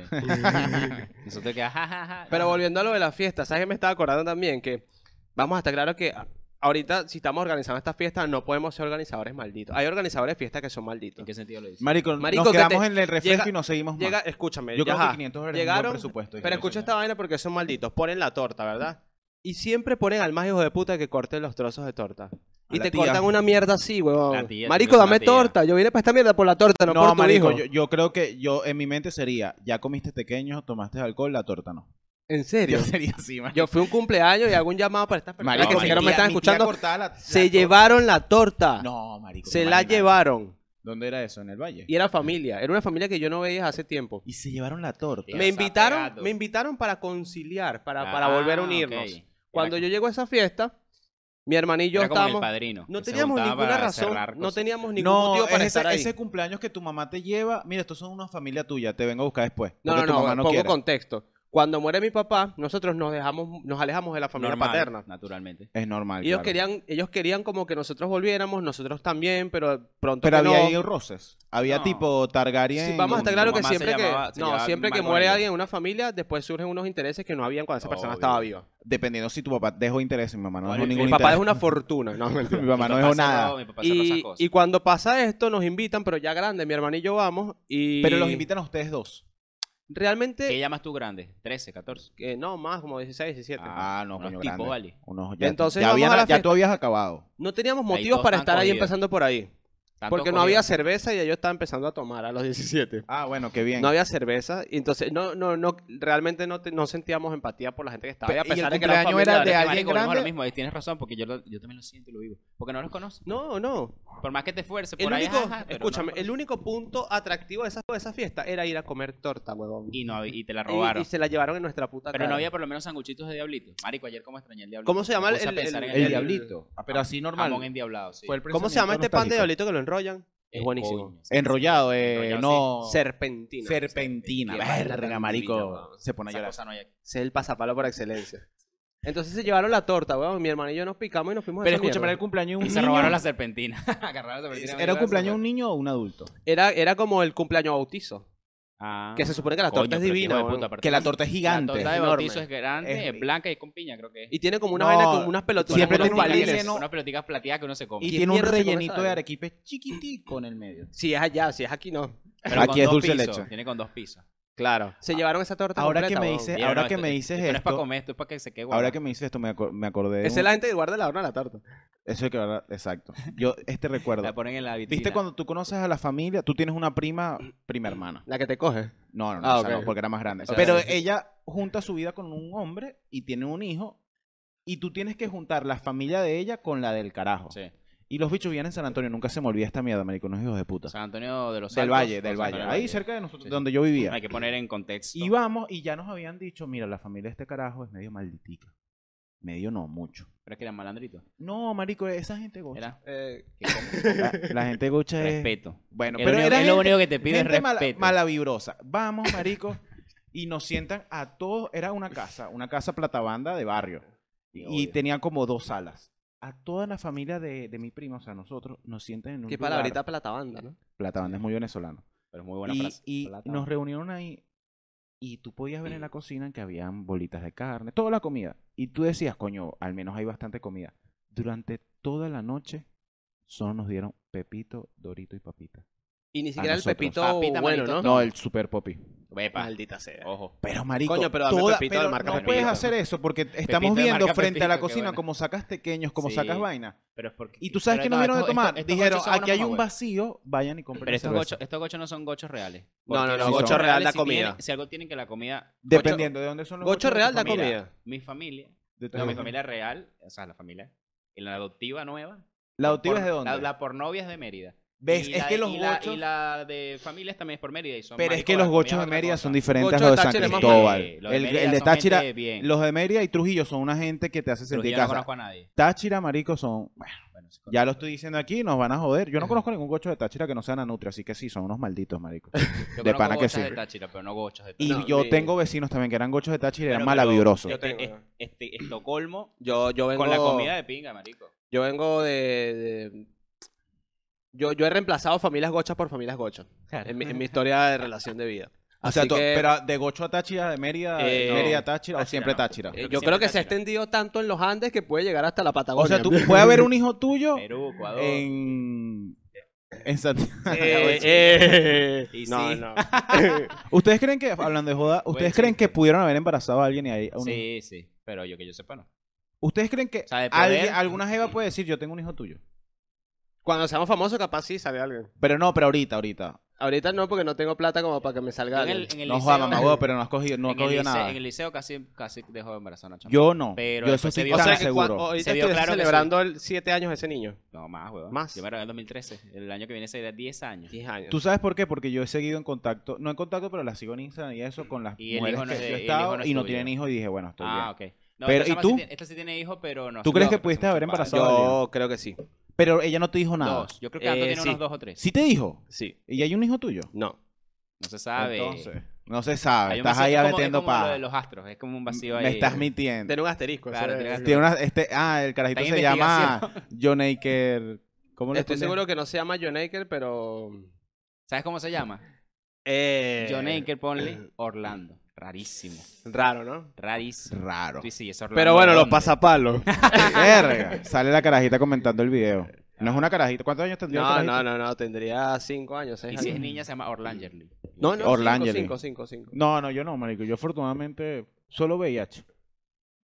Eso te queda, ja, ja, ja.
Pero volviendo a lo de la fiesta, ¿sabes qué me estaba acordando también? Que vamos a estar claro que a- ahorita, si estamos organizando esta fiesta, no podemos ser organizadores malditos. Hay organizadores de fiestas que son malditos.
¿En qué sentido lo dices?
Marico,
Marico,
nos
que te-
quedamos en el refresco
llega-
y nos seguimos más.
Llega, escúchame,
Yo
ya,
creo que
ajá.
500 era un
llegaron,
buen presupuesto.
Pero escucha esta vaina porque son malditos. Ponen la torta, ¿verdad? Y siempre ponen al más hijo de puta que corte los trozos de torta.
A
Y
la
te
tía.
cortan una mierda así,
La
huevón.
tía,
Marico,
tienes una
dame
tía.
torta. Yo vine para esta mierda por la torta, no,
No,
por tu
marico,
hijo.
yo, yo creo que yo en mi mente sería, ya comiste pequeño, tomaste alcohol, la torta no.
En serio.
Yo sería así, marico.
Yo fui a un cumpleaños y hago un llamado para estas personas
Marico,
que si
mi
no me
tía-
están
mi tía
escuchando.
cortaba la- la
Se
torta.
llevaron la torta.
No, marico. no
se la
imagínate.
llevaron.
¿Dónde era eso? ¿En el valle?
Y era familia, era una familia que yo no veía hace tiempo.
Y se llevaron la torta.
Dios,
Me
está
invitaron,
pegado.
me invitaron para conciliar, para, para volver a
Ah,
unirnos.
ok.
Cuando
Era
yo llego a esa fiesta, mi hermano y yo
Era como el
estábamos.
padrino.
No
que se
teníamos
juntaba
ninguna
para
razón,
cerrar
no
cosas.
teníamos ningún
No,
motivo para
es ese,
estar ahí.
ese cumpleaños que tu mamá te lleva. Mira, estos son una familia tuya, te vengo a buscar después.
No,
porque
no,
tu mamá
no,
no
pongo
quiere.
contexto. Cuando muere mi papá, nosotros nos dejamos, nos alejamos de la familia
Normal,
paterna.
Naturalmente.
Es normal.
Ellos
claro.
querían, ellos querían como que nosotros volviéramos, nosotros también, pero pronto
Pero
que no.
había ahí roces. Había
No.
tipo Targaryen.
Sí, vamos a estar claro que
mamá se
siempre que
llamaba- se
no,
llamaba
siempre que
Magnolia.
muere alguien en una familia, después surgen unos intereses que no habían cuando esa persona
Obvio.
estaba viva.
Dependiendo si tu papá dejó interés. Mi mamá no
Vale,
dejó
mi
ningún
Mi papá es
interés.
una fortuna.
<laughs>
No, mentira.
Mi mamá no
Mi
dejó
papá cerró-
nada.
mi papá cerró esas
y,
cosas.
y cuando pasa esto, nos invitan, pero ya grande, mi hermano y yo vamos. Y
Pero los invitan a ustedes dos.
¿Qué
Realmente,
llamas tú grande? 13, 14.
eh, no, más como 16, 17.
Ah, no,
Unos
coño,
tipos,
grande.
vale.
Unos ya,
Entonces
ya,
vamos
habían-
a la
ya
fiesta.
tú habías acabado.
No teníamos
Ahí
motivos
todos
para
están
estar ahí
cogidos.
empezando por ahí.
Tanto
Porque no había
cogido.
cerveza y ya yo estaba empezando a tomar a los 17.
Ah, bueno, qué bien.
No había cerveza, y entonces no, no, no, realmente no, te- no sentíamos empatía por la gente que estaba ahí, a
Pe- y el
pesar de que era
cumpleaños era
familiares.
de
este Marico,
alguien
volvemos a
grande.
lo mismo, ahí tienes razón, porque yo, lo- yo también lo siento y lo vivo. Porque no los conoces.
No, no.
Por más que te esfuerces,
El
por ahí.
único,
ajá, pero
escúchame,
no los
el único punto atractivo de esa, de esa fiesta era ir a comer torta, huevón.
conoces. Y, no, había- y te la
Y-
robaron.
y se la llevaron en nuestra puta
pero no
cara.
había por lo menos sanguchitos de diablito. Marico, ayer cómo extrañé el diablito.
¿Cómo se llama el-
Me puse a
el-
pensar en
el-
el,
el-
diablito?
Ah, Pero así normal.
Jamón endiablado, sí.
Fue el
¿Cómo se llama este pan de diablito que lo enrollan? Es
Eh,
buenísimo.
coño, sí,
Enrollado,
sí,
eh,
enrollado,
no.
Serpentina.
Serpentina.
Qué vaina
Verga,
tan divina,
marico.
weón.
Se pone a
sí. Esa
llorar.
cosa no hay aquí.
Ese es el pasapalo por excelencia. Entonces se llevaron la torta, weón. Mi hermano y yo nos picamos y nos fuimos a
Pero
esa
escúchame, era el
mierda.
cumpleaños de
Y
un
se
niño.
robaron la serpentina. Agarraron la serpentina.
¿Era un cumpleaños de un niño o un adulto?
Era, era como el cumpleaños bautizo.
Ah.
Que se supone que la
Coño,
torta es
pero qué hijo
divina.
de
weón.
puta, aparte-
Que la torta es
La
gigante.
torta de
enorme.
bautizo es grande,
Es-
es blanca y con piña, creo que es.
Y tiene como una
No,
vaina con unas pelotitas.
siempre
como
unos
tiene un
unos palillos.
palillos,
relleno.
Unas pelotitas plateadas que uno se come.
Y
¿Quién
tiene un
mierda se come esa
rellenito de
vaina?
arequipe chiquitico en el medio.
Si es allá, si es aquí, no.
Pero
Aquí
con
es
dos
dulce de
pisos,
leche.
Tiene con dos pisos.
Claro.
Ah,
Se llevaron esa torta
Ahora que
completa,
me
weón.
dices- Eh,
Mira,
ahora que
esto-
me dices
esto no es para
esto-
comer, esto es para que se quede guardado.
Ahora que me dices esto, me, aco- me acordé. de
Esa
un-
es la gente que guarda la horna de la torta.
Eso es que ahora- exacto. Yo, este <laughs> recuerdo.
La ponen en la vitrina.
¿Viste cuando tú conoces a la familia? Tú tienes una prima, prima hermana.
La que te coge.
No, no, no,
Ah,
esa
ok.
no, porque era más grande.
Esa
Pero
era-
ella junta su vida con un hombre y tiene un hijo. Y tú tienes que juntar la familia de ella con la del carajo.
Sí.
Y los bichos vienen en San Antonio. Nunca se me olvida esta mierda, marico. unos hijos de puta.
San Antonio de los
del
Altos,
Valle,
o
del
San
Valle.
Antonio
Ahí
Valle.
cerca de nosotros,
Sí.
donde yo vivía.
Hay que poner en contexto.
Íbamos y ya nos habían dicho, mira, la familia de este carajo es medio malditica. Medio no, mucho.
Pero es que eran malandritos.
No, marico, esa gente gocha.
Era
Eh,
que como-
La, la gente gocha es...
respeto.
Bueno,
Es
pero
lo único-
era
es lo
gente-
único que te pide es
gente mala,
respeto.
malavibrosa. Vamos, marico. y nos sientan a todos. Era una casa, una casa platabanda de barrio. Y, y
Obvio.
tenía como dos salas. A toda la familia de, de mi prima, o sea, nosotros, nos sientan en un
qué
lugar.
palabrita platabanda, ¿no?
Platabanda es muy venezolano.
Pero es muy buena
y
frase.
y
Plata.
nos reunieron ahí. Y tú podías ver en la cocina que habían bolitas de carne, toda la comida. Y tú decías, coño, al menos hay bastante comida. Durante toda la noche solo nos dieron Pepito, Dorito y Papita.
Y ni siquiera el
nosotros.
pepito
Papita,
bueno, ¿no?
manito.
No, el Super Popi.
Vepa.
Maldita sea.
Ojo.
Pero marico,
Coño, pero dame
toda-
Pepito de marca
no
Pepito.
puedes hacer eso porque estamos
de
viendo
marca
frente a la
Pepito, qué
cocina
bueno.
como sacas pequeños, como
Sí.
sacas vaina.
Pero es porque...
Y tú sabes
pero
que nos
no,
dieron de
estos-
tomar.
estos- estos
Dijeron,
gochos son
aquí
unos
hay un
mamahuevos.
vacío, vayan y compren
Pero estos
cerveza".
gochos, estos gochos no son gochos reales.
No, no,
Porque
no,
si son
gocho
gochos
real
reales,
da
si
comida.
tienen- Si algo tienen que la comida...
Dependiendo de dónde son los
Gocho
gochos de
real
tu
da
familia.
comida.
Mi familia...
De tu
No, mi
familia.
familia real, o sea, la familia... Y la adoptiva nueva.
¿La adoptiva
por-
es de dónde?
La, la pornovia es de Mérida.
¿Ves?
Y
Es
la-
que los
y la-
gochos...
Y la de familias también es por Mérida. y son
Pero es
marico,
que
la
los
comida
gochos
es
de
otra
Mérida
cosa.
son diferentes a
Gocho de
los de San
Táchira es más
Cristóbal.
Sí, los de
El-
Mérida
el de
son gente
Táchira,
bien.
los de Mérida y Trujillo son una gente que te hace
Pero
sentir
yo no
casa.
conozco a nadie.
Táchira, marico, son...
Bueno, sí
Ya lo estoy diciendo aquí, nos van a joder. Yo no conozco ningún gocho de Táchira que no sea Nanutria, así que sí, son unos malditos,
<laughs>
marico.
Yo
De
conozco
pana que
gochas
sí.
de Táchira, pero no gochas de
Y
Táchira.
No,
yo
sí.
tengo vecinos también que eran gochos de Táchira y eran
Pero-
malavibrosos.
Yo
Yo
tengo,
tengo, este, Estocolmo
Yo, yo vengo
con la comida de pinga, marico.
Yo vengo de. de- Yo, yo he reemplazado familias gochas por familias gochas. En, mi- en <laughs> mi historia de relación de vida.
O sea,
Así
to-
que,
pero de gocho a Táchira, de Mérida,
Eh,
de Mérida
no.
a Táchira, o
Táchira
siempre
no.
Táchira.
eh,
creo que
yo
siempre
creo que
está
se ha
Chira.
extendido tanto en los Andes que puede llegar hasta la Patagonia.
O sea,
<laughs>
tú, puede haber un hijo
<laughs>
tuyo
Perú, Ecuador.
en, en Santiago.
Eh, eh,
Y
no,
sí.
<laughs> no.
¿Ustedes creen que, hablando de joda, ustedes creen que
chiste.
pudieron haber embarazado a alguien y ahí? a un hijo?
Sí, sí. Pero yo que yo sepa, no.
¿Ustedes creen que
O sea, de poder-
alguien, alguna jeva puede decir, yo tengo un hijo tuyo?
Cuando seamos famosos, capaz sí sale alguien.
Pero no, pero ahorita, ahorita.
Ahorita no, porque no tengo plata como para que me
Yo
salga.
en
algo.
el, en el
No
liceo,
joda, mamá, huevo, pero no has cogido, no has
en el
cogido
liceo-
nada.
En el liceo casi, casi dejó de embarazar a una chama.
Yo no.
Pero
yo eso
después se
estoy
vio-
tan
o sea, que
seguro.
cuando, ahorita
Se vio
estoy
claro que
celebrando el 7 años ese niño.
No, más, weón.
Más.
Yo me gradué en 2013. El año que viene sería 10 años.
10 años.
¿Tú sabes por qué? Porque yo he seguido en contacto, no en contacto, pero la sigo en Instagram y eso con las
Y el
mujeres
hijo no
que
es
yo he
de- y el hijo
estado
no es
y no
tuyo.
tienen hijos y dije, bueno, estoy
ah,
bien.
ok. No,
Pero, ¿y
esta chama
tú?
sí tiene- esta sí tiene hijos, pero no.
¿Tú
se
crees
vio,
que
porque
pudiste
son
haber
chupadas.
embarazado?
Yo creo que sí.
Pero ella no te dijo nada.
Dos. Yo creo que Anto
Eh,
tiene
sí.
unos dos o tres.
¿Sí te dijo?
Sí.
¿Y hay un hijo tuyo?
No.
No se sabe.
Entonces, no se sabe.
Hay un
Estás
vacío-
ahí
es como-
metiendo
es como lo
pa.
de los astros. Es como un vacío ahí.
Me estás mintiendo.
Tiene un asterisco.
Claro,
eso
tiene
es-
un
Tiene una, este, ah, el carajito
Está en
se llama <laughs> John Aker. ¿Cómo le
Estoy
ponen?
seguro que no se llama John Aker, pero.
¿Sabes cómo se llama?
Eh,
John Aker,
eh,
ponle Orlando. Rarísimo.
Raro, ¿no?
Rarísimo.
Raro.
Sí, sí, es Orlando.
Pero bueno, los
¿dónde? <laughs>
pasapalos.
Verga. Sale la carajita comentando el video. No es una carajita. ¿Cuántos años tendría la
No,
carajita?
no, no, no. Tendría 5 años, 6
Y
años.
si es niña, se llama Orlangerly.
No, no,
Orlangeli.
5, 5, 5.
No, no, yo no, marico. Yo afortunadamente solo VIH.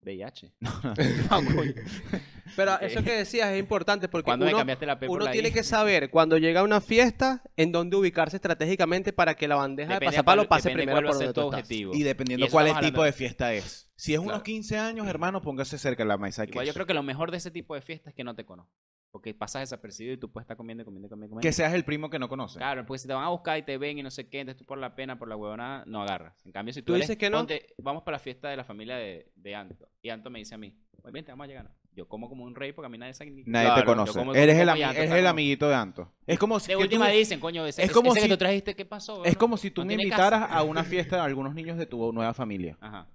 VIH.
<laughs> Ah,
<laughs>
Pero
Ok.
eso que decías es importante
eh,
porque
Cuando me
uno,
cambiaste la P por
uno
la
tiene
I?
que saber cuando llega a una fiesta en dónde ubicarse estratégicamente para que la bandeja
Depende
de pasapalo
cuál-
pase
depende
primero
cuál va a
por
ser
donde
tu
tú estás.
objetivo.
Y dependiendo
eso
cuál el
estamos
tipo
hablando.
de fiesta es. Si es unos
Claro.
15 años, hermano, póngase cerca de la maiza
Igual yo
queso.
creo que lo mejor de ese tipo de fiestas es que no te conozco. Porque pasas desapercibido y tú puedes estar comiendo, comiendo, comiendo, comiendo.
Que seas el primo que no conoce.
Claro, porque si te van a buscar y te ven y no sé qué, entonces tú por la pena, por la huevonada, no agarras. En cambio, si tú,
¿Tú
eres-
dices que no?
ponte, vamos para la fiesta de la familia de, de Anto. Y Anto me dice a mí, muy bien, te vamos a llegar. ¿no? Yo como como un rey porque a mí nadie sabe ni-
Nadie
Claro,
te conoce.
yo como-
Eres el,
como
ami-
ya,
eres
total,
el
no.
amiguito de Anto. Es como si,
De
que
última
tú-
dicen, coño, ese,
es
es
como
ese
si-
que tú trajiste, ¿qué pasó?
es
bro?
como si tú
no
me
tiene
invitaras
casa.
a una fiesta de algunos niños de tu nueva familia.
Ajá.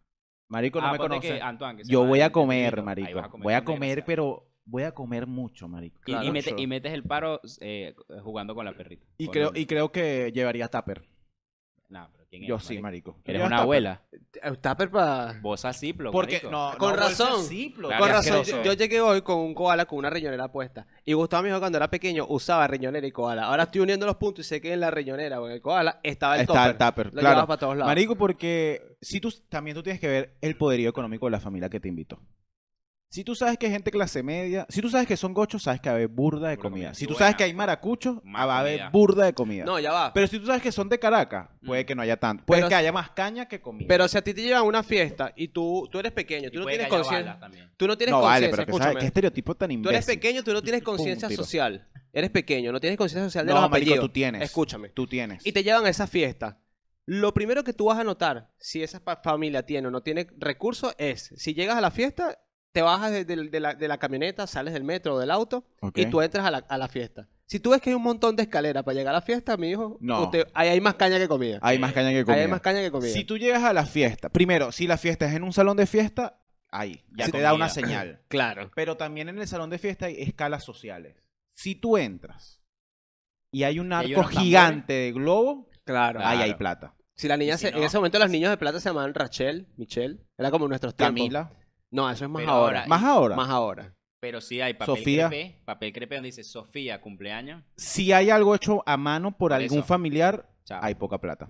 Marico, no
Ah,
me
ponte que
conoces.
Antoine, que se
Yo
llama
voy
el-
a
el
comer,
negrito.
marico.
Ahí vas a comer
Voy a
con
comer,
desgracia.
pero voy a comer mucho, marico.
Y, y
Claro.
mete-
Mucho.
y metes el paro eh, jugando con la perrita.
Y
Con
creo,
el-
y creo que llevaría tupper.
Nah, pero ¿quién
Yo
eres,
sí,
marico?
marico.
Eres
Llevas
una
tupper.
abuela.
Eh, Tupper para...
Vos así, pero
Porque no,
Ah, Con
no, bolsa
razón.
Ziploc,
Claro,
Con
qué
razón,
asqueroso.
yo, yo llegué hoy con un koala con una riñonera puesta. Y Gustavo me dijo cuando era pequeño usaba riñonera y koala. Ahora estoy uniendo los puntos y sé que en la riñonera o en el koala estaba el
Está el
topper.
tupper,
Lo
claro.
llevaba para todos lados.
Marico, porque si tú, también tú tienes que ver el poderío económico de la familia que te invitó. Si tú sabes que hay gente clase media, si tú sabes que son gochos, sabes que va a haber burda de
Burda
comida.
comida.
Si
Y
tú
buena.
sabes que hay maracuchos,
Más
va a haber
comida.
burda de comida.
No, ya va.
Pero si tú sabes que son de Caracas, puede
Mm.
que no haya tanto. Puede
Pero
que
si-
haya más caña que comida.
Pero si a ti te llevan a una fiesta y tú, tú eres pequeño, tú no tienes conciencia. Tú no tienes
no vale, pero
conciencia,
que sabes, qué
escúchame.
estereotipo tan
Tú
imbécil.
eres pequeño, tú no tienes
Pum,
conciencia
tiro.
social. Eres pequeño, no tienes conciencia social de
No,
los
marico,
apellidos.
tú tienes.
Escúchame.
Tú tienes.
Y te llevan a esa fiesta. Lo primero que tú vas a notar si esa pa- familia tiene o no tiene recursos es, si llegas a la fiesta, te bajas de, de- de la, de la camioneta, sales del metro o del auto
Ok.
y tú entras a la, a la fiesta. Si tú ves que hay un montón de escaleras para llegar a la fiesta, mi hijo,
No.
usted- ahí hay más caña que comida.
Hay más caña que
Ahí
comida.
hay más caña que comida.
Si tú llegas a la fiesta, primero, si la fiesta es en un salón de fiesta, ahí, ya
Sí.
te da una
<clears throat>
Comida.
señal.
Claro.
Pero también en el salón de fiesta hay escalas sociales. Si tú entras y hay un
hay
arco
unos tambores.
gigante de globo,
Claro.
ahí hay
Claro.
plata.
Si la niña
Y si
se-
no-
en ese momento
pues
los niños de plata se llamaban Rachel, Michelle, era como en nuestros tiempos.
Camila,
No, eso es más
Pero
ahora.
ahora-
más ahora.
Más ahora.
Pero sí hay papel
Sofía.
crepe, papel crepe donde dice Sofía, cumpleaños.
Si hay algo hecho a mano por,
Por
algún
eso.
familiar,
Chao.
hay poca plata.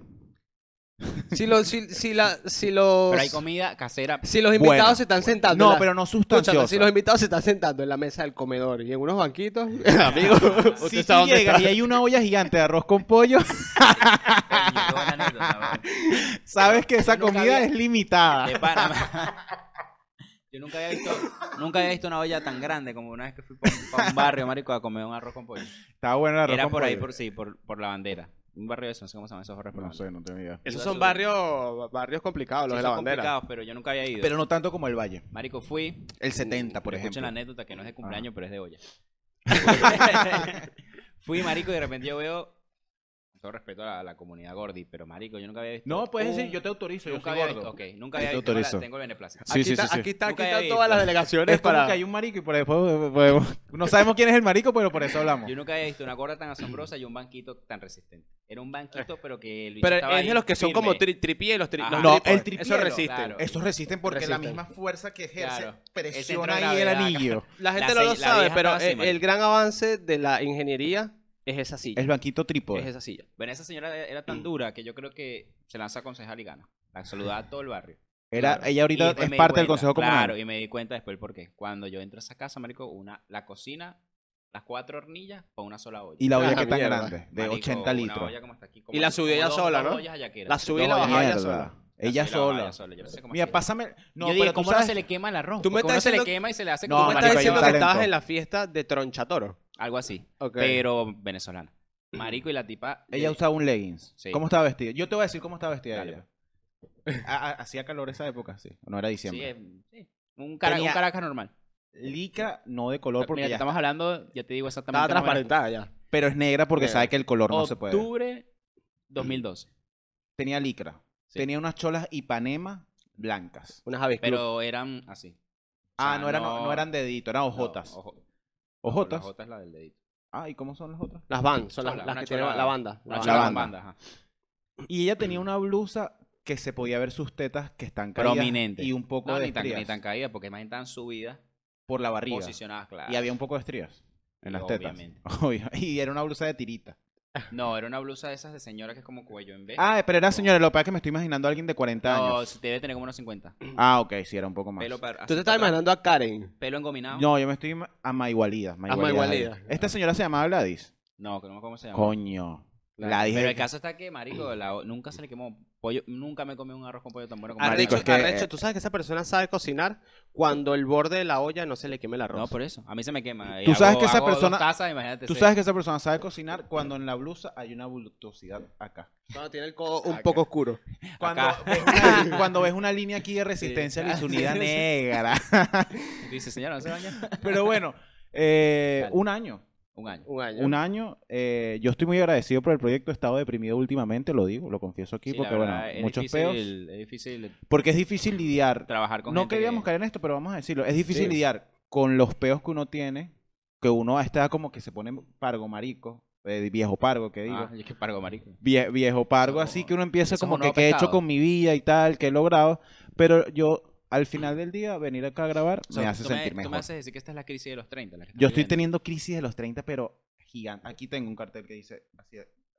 Si los, si, si la, si los,
Pero hay comida
<laughs>
casera.
si los invitados
Bueno,
se están
bueno.
sentando. en
No,
la-
pero no
Escúchame,
sustancioso.
si los invitados se están sentando en la mesa del comedor y en
<laughs>
unos banquitos, <laughs> amigo,
Si
usted
tú
sabe dónde
llegas
está.
y hay una olla gigante de arroz con pollo,
Coño, qué buena anécdota, weón.
sabes que esa
Yo nunca
comida
había-
es limitada.
De
<laughs>
Panamá. Yo nunca había visto, nunca había visto una olla tan grande como una vez que fui para un barrio, marico, a comer un arroz con pollo.
Está bueno el arroz
Era
con
por
pollo.
ahí, por sí, por, por la bandera. Un barrio de eso, no sé cómo se llaman esos barrios por la
No sé,
bandera.
no tengo idea.
Esos
Esos
son
son
barrios, barrios complicados, los
Sí,
de la
son
bandera.
complicados, pero yo nunca había ido.
Pero no tanto como el Valle.
Marico, fui.
El 70, por
Escuchen
ejemplo. Ah.
la anécdota que no es de cumpleaños, pero
<laughs>
es de olla. Fui, marico, y de repente yo veo. con Todo respeto a la, a la comunidad gordi, pero marico, yo nunca había visto.
No, puedes
un-
decir, yo te autorizo, yo
nunca
soy
había
gordo.
visto. Ok, nunca
Yo
había
te
visto. Tengo,
autorizo.
la- tengo el beneplácito.
Sí,
aquí
sí,
está,
sí, sí.
aquí está, aquí
Nunca
están
había
todas las
visto.
delegaciones
Es como
para.
que hay un marico y por ahí podemos- podemos- No sabemos quién es el marico, pero por eso hablamos.
Yo nunca había visto una gorda tan asombrosa y un banquito tan resistente. Era un banquito,
Eh.
pero que el bicho
Pero
estaba
es de
ahí
los que son
firme.
como tri tripié, los tri-
Ajá.
los
No,
trípodes.
el tripié,
Eso
no,
resiste.
claro.
Estos resisten porque la
Resisten.
misma fuerza que ejerce
Claro. El centro de
presiona ahí el
gravedad.
anillo.
La gente no
La se-
lo
la
sabe,
vieja
pero
estaba así,
el,
marico.
el gran avance de la ingeniería es esa silla.
El banquito
Es
trípode.
esa silla.
Bueno, esa señora era tan dura que yo creo que se lanza a concejal y gana. La saludaba
<laughs>
a todo el barrio.
Era,
Claro.
ella
Y
ahorita
después
es
me di
parte del
cuenta,
Consejo
Claro,
Comunal.
y me di cuenta después porque cuando yo entro a esa casa, marico, una, la cocina las cuatro hornillas para una sola olla.
Y la olla
Ah,
que tan
mierda.
grande, de
Marico,
80
una
litros.
olla como hasta aquí,
Y la
como-
subí
como
ella
dos-
sola,
dos
¿no?
ollas hallaqueras.
La subí y la
No,
bajaba ella
mierda.
sola.
La
Ella
subí y la bajaba
sola.
ella Yo no sé cómo
Mira,
hacía.
pásame. No,
Yo
pero
dije,
tú
¿cómo no
sabes-
se le quema el arroz?
Tú me
Porque uno
estás
se le
diciendo-
quema y se le hace
No,
como
Tú me
marico,
estás
hay un
diciendo que
talento.
estabas en la fiesta de Tronchatoro.
algo así.
Ok.
Pero venezolana. Marico y la tipa.
Ella usaba un leggings.
Sí.
¿Cómo estaba vestida? Yo te voy a decir cómo estaba vestida
Dale, pues.
ella. <laughs> Ha- ha- Hacía calor esa época, sí. No era
Sí,
diciembre.
eh, sí. Un, cara-
Tenía-
un Caracas normal.
Lica, no de color porque
Mira, te
ya
estamos hablando, ya te digo exactamente.
Estaba
más o menos,
transparentada ya.
está- Pero es negra porque
Negra.
sabe que el color no se puede.
Octubre 2012.
Tenía licra.
Sí.
Tenía unas cholas Ipanema blancas.
Unas aves club.
Pero eran así.
Ah,
sea,
no, eran, no,
no-
eran dedito, eran
No,
ojotas.
ojo- no,
ojotas.
La jota es la del dedito.
Ah, ¿y cómo son las otras?
Las van, son las,
Chola,
las
una
que tiene
chola-
la banda.
Una
La
chola
banda.
con
banda.
banda, ajá.
Y ella tenía una blusa que se podía ver sus tetas que están caídas
Prominente.
y un poco
No,
de
ni tan,
estrías
ni tan caídas, porque más bien tan subidas,
por la barriga.
posicionadas, claro.
Y había un poco de estrías en
Y
las tetas.
obviamente.
<laughs> Obvio. Y era una blusa de tirita.
No, era una blusa de esas de señora que es como cuello en B.
Ah, pero era señora, lo que pasa es que me estoy imaginando a alguien de 40
no,
años.
se debe tener como unos 50.
Ah, ok, sí, era un poco más.
Pelo para,
Tú
así
te estás
para atrás,
imaginando a Karen.
Pelo engominado.
No, yo me estoy ima- a Maigualida.
Maigualida.
Maigualida.
Ah.
Esta señora se llamaba Gladys.
No, que no me acuerdo cómo se llama.
Coño. Gladys.
Pero
era-
el caso está que, marico, la- nunca se le quemó pollo. Nunca me comí un arroz con pollo tan bueno como
Arrecho,
Marico, Ah, es que-
arrecho, tú sabes que eh, esa persona sabe cocinar cuando el borde de la olla no se le queme el arroz.
No, por eso. A mí se me quema. Y
Tú sabes que esa
hago dos
persona-
tazas, imagínate.
Tú
seis.
sabes que esa persona sabe cocinar cuando en la blusa hay una voluptuosidad acá.
Cuando tiene el codo un poco oscuro.
Cuando,
<laughs> Acá.
ves una, cuando ves una línea aquí de resistencia a la
<laughs>
unidad negra.
Y Dice, señora, ¿no se baña? <laughs>
Pero bueno, eh,
Dale.
un año.
Un año.
Un año.
Un año. eh, yo estoy muy agradecido por el proyecto. He estado deprimido últimamente, lo digo, lo confieso aquí,
Sí, la
porque
verdad,
bueno,
es
muchos peos.
difícil, Es difícil
Porque es difícil lidiar.
trabajar con
No
gente
queríamos
que...
caer en esto, pero vamos a decirlo. Es difícil
Sí.
lidiar con los peos que uno tiene, que uno a esta edad como que se pone pargo marico, eh, viejo pargo, que digo.
Ah, es que pargo, marico.
Vie- viejo pargo,
Eso
así
como-
que uno empieza
eso es
como
un
que
nuevo
qué he hecho
pescado.
con mi vida y tal, qué he logrado, pero yo al final del día venir acá a grabar
O sea,
me hace
tú
sentir
tú
mejor.
me haces decir que esta es la crisis de los 30. la que
Yo
estamos
estoy
viviendo.
teniendo crisis de los 30, pero gigante. Aquí tengo un cartel que dice así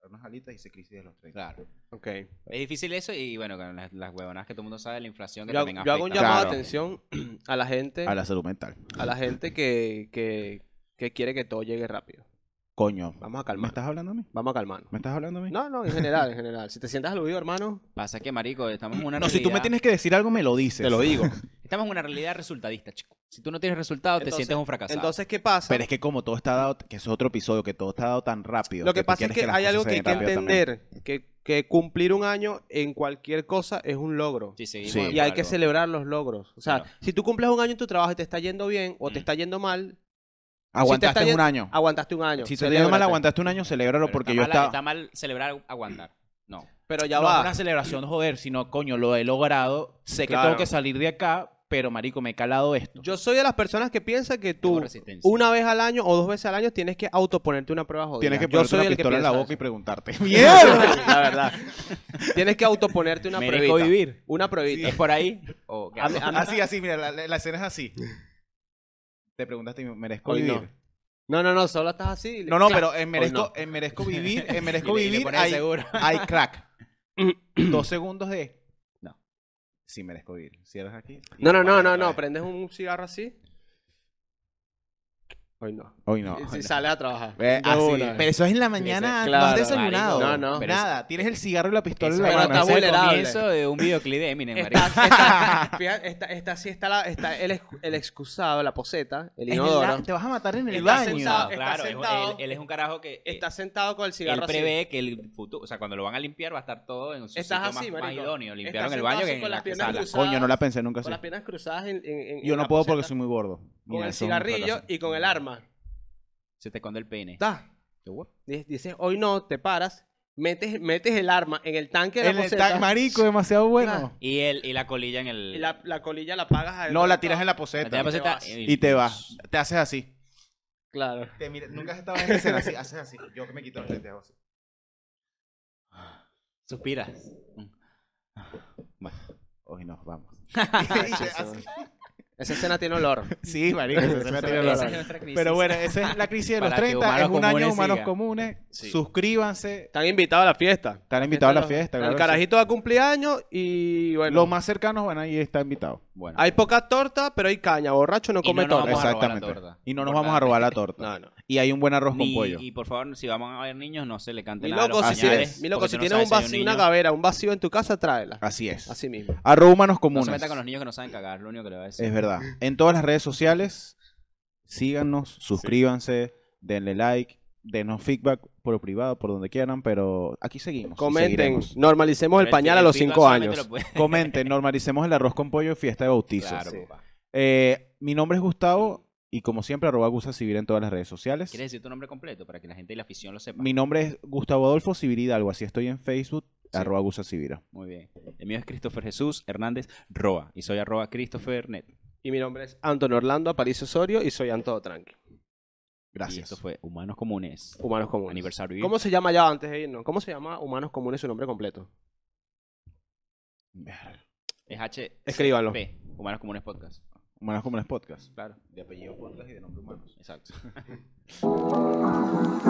unas alitas y dice crisis de los 30.
Claro.
Ok.
Es difícil eso y bueno, con las, las huevonadas que todo el mundo sabe, la inflación que
Yo,
también
yo hago un
afecta.
llamado de
Claro.
atención a la gente, a
A
la,
la salud mental.
gente que, que, que quiere que todo llegue rápido.
Coño,
Vamos a
¿me
calmar.
estás hablando a mí?
Vamos a calmarnos.
¿Me estás hablando a mí?
No, no, en general, en general. Si te sientas aludido, hermano,
Pasa que, marico, estamos en una
No, si tú me
realidad-
tienes que decir algo, me lo dices.
te lo digo.
<laughs>
Estamos en una realidad resultadista, chico. Si tú no tienes resultado, te
Entonces-
sientes un fracasado.
Entonces, ¿qué pasa?
Pero es que como todo está dado, que eso es otro episodio, que todo está dado tan rápido.
Lo que
tú
pasa es
quieres
que,
las
hay
cosas
algo
se
que hay
den
que
rápido también.
entender, que, que cumplir un año en cualquier cosa es un logro.
Si seguimos
Sí.
con
Y hay que
algo.
celebrar los logros. O sea,
Claro.
si tú cumples un año en tu trabajo y te está yendo bien o te
Mm.
está yendo mal,
Aguantaste
está
un
ye-
añón.
aguantaste un año.
Si te dio mal,
celébrate.
aguantaste un año, celébralo
Pero
porque
está
yo
mal-
estaba...
Está mal celebrar, aguantar. No.
Pero ya
no es
va.
una celebración, joder, sino, coño, lo he logrado. Sé que
Claro.
tengo que salir de acá, pero, marico, me he calado esto.
Yo soy de las personas que piensa que
Tengo
tú
resistencia.
una vez al año o dos veces al año tienes que autoponerte una prueba jodida.
Tienes que
Yo
ponerte
soy
una
el que
pistola en la
piensa
boca y
eso.
preguntarte.
<laughs>
¡Mierda!
La
<laughs>
verdad. Tienes que autoponerte una
Merezco
pruebita.
vivir.
Una pruebita.
¿Es por ahí? O qué
A mí- a mí-
Así, así, mira, la, la- la escena es así. Te preguntaste, ¿merezco
Hoy no.
vivir?
No, no, no, solo estás así.
No, no, pero en merezco,
no.
en merezco vivir,
<laughs>
en
Y
merezco
le- y le
vivir,
pones
hay,
seguro.
hay
<clears throat>
crack. Dos segundos de...
No.
Sí, merezco vivir. Cierras aquí.
No, no, no, no, no, prendes un cigarro así. Hoy no.
Hoy no.
Y
hoy
si
no.
sales a trabajar.
Ve,
De
así.
una.
Pero eso es en la mañana, no has
claro,
desayunado.
marico, no, no.
Pero
Nada, tienes el cigarro y la pistola en
Eso
la
Pero
mano.
está
es el
vulnerable.
comienzo de un videoclip
<laughs>
de Eminem, marico.
Está, <laughs> está, fíjate, está, está así, está, la- está el, ex- el excusado, la poseta,
En
el
el
inodoro.
la- te vas a matar en el
Está
baño.
sentado.
No, claro,
está
es-
sentado.
él, él es un carajo que eh,
Está sentado con el
él
cigarro así.
prevé que el futuro, o sea, cuando lo van a limpiar va a estar todo en su
Estás
sitio
así,
más, más
marico.
idóneo. Limpiaron
Estás
el
sentado
baño que
así
en
con
la
las piernas
sala.
cruzadas.
Coño, no la pensé nunca
Con
así.
las piernas cruzadas en, en- en-
Yo
en
no
la
puedo
poseta,
porque soy muy gordo.
Con
Mira,
el
eso es un
cigarrillo
fracaso.
y con el arma.
Se te esconde el pene.
Está. Dices, dices, hoy no, te paras, metes, metes el arma en el tanque de la
En el
poseta,
tag marico, demasiado bueno.
Claro.
Y, el, y la colilla en el.
y la, la colilla la pagas a
No, la tiras en la poseta.
la poseta
vas.
Y te vas. Te haces así.
Claro.
Te mira- Nunca has estado en esa escena así. Haces así. Yo que me quito los lentes. hago así.
Suspiras. Bueno,
Hoy no,
<laughs>
vamos.
Ah,
<laughs>
Esa escena tiene olor.
Sí, marico, esa escena tiene
esa es
olor.
nuestra crisis.
Pero bueno, esa es la crisis de los
Para que
30.
Humanos
Es un año de
Comunes
humanos
siga.
comunes.
Sí.
Suscríbanse.
Están invitados a la fiesta.
Están invitados a la fiesta.
Fiesta de los- Este El
claro que sí.
carajito va a cumplir años y bueno.
Los más cercanos van ahí y están invitados.
Bueno.
Hay poca torta, pero hay caña. Borracho no
Y
come
no nos
torta.
vamos a robar la
Exactamente.
torta.
Y no nos vamos a robar la
<laughs>
torta.
No, no.
Y hay un buen arroz
Ni-
con pollo.
Y por favor, si vamos a ver niños, no se le cante
Mi
nada
loco,
a los
si
pañales,
tienes,
pañales.
mi loco,
porque
si
tú no
tienes
sabes
un
si
vacío,
hay
una
niño.
gavera, un vacío en tu casa, tráela.
Así es.
Así mismo.
Arroba humanos
No
comunes.
se meta con los niños que no saben cagar, lo único que le voy a decir.
Es verdad. En todas las redes sociales, síganos, suscríbanse, denle like, denos feedback por privado, por donde quieran, pero aquí seguimos. y
Comenten,
seguiremos.
normalicemos el pañal a los
feedback
5
solamente
años.
lo puede- <laughs>
Comenten, normalicemos el arroz con pollo y fiesta de bautizos.
Claro,
sí.
papá.
Eh, mi nombre es Gustavo y como siempre, arroba Gusa Civil en todas las redes sociales.
¿Quieres decir tu nombre completo para que la gente y la afición lo sepa?
Mi nombre es Gustavo Adolfo Civil Hidalgo, así estoy en Facebook, arroba Gusa Civira.
Muy bien. El mío es Christopher Jesús Hernández Roa. Y soy arroba Christopher Net.
Y mi nombre es Antonio Orlando Aparicio Osorio y soy Anto Tranqui.
Y
Gracias.
esto fue Humanos Comunes.
Humanos Comunes.
Aniversario.
¿Cómo se llama ya antes de irnos? ¿Cómo se llama Humanos Comunes su nombre completo?
Es H.
Escríbanlo.
P. Humanos Comunes Podcast.
Humanos Comunes Podcast.
Claro.
De apellido podcast y de nombre humanos.
Exacto.
Humanos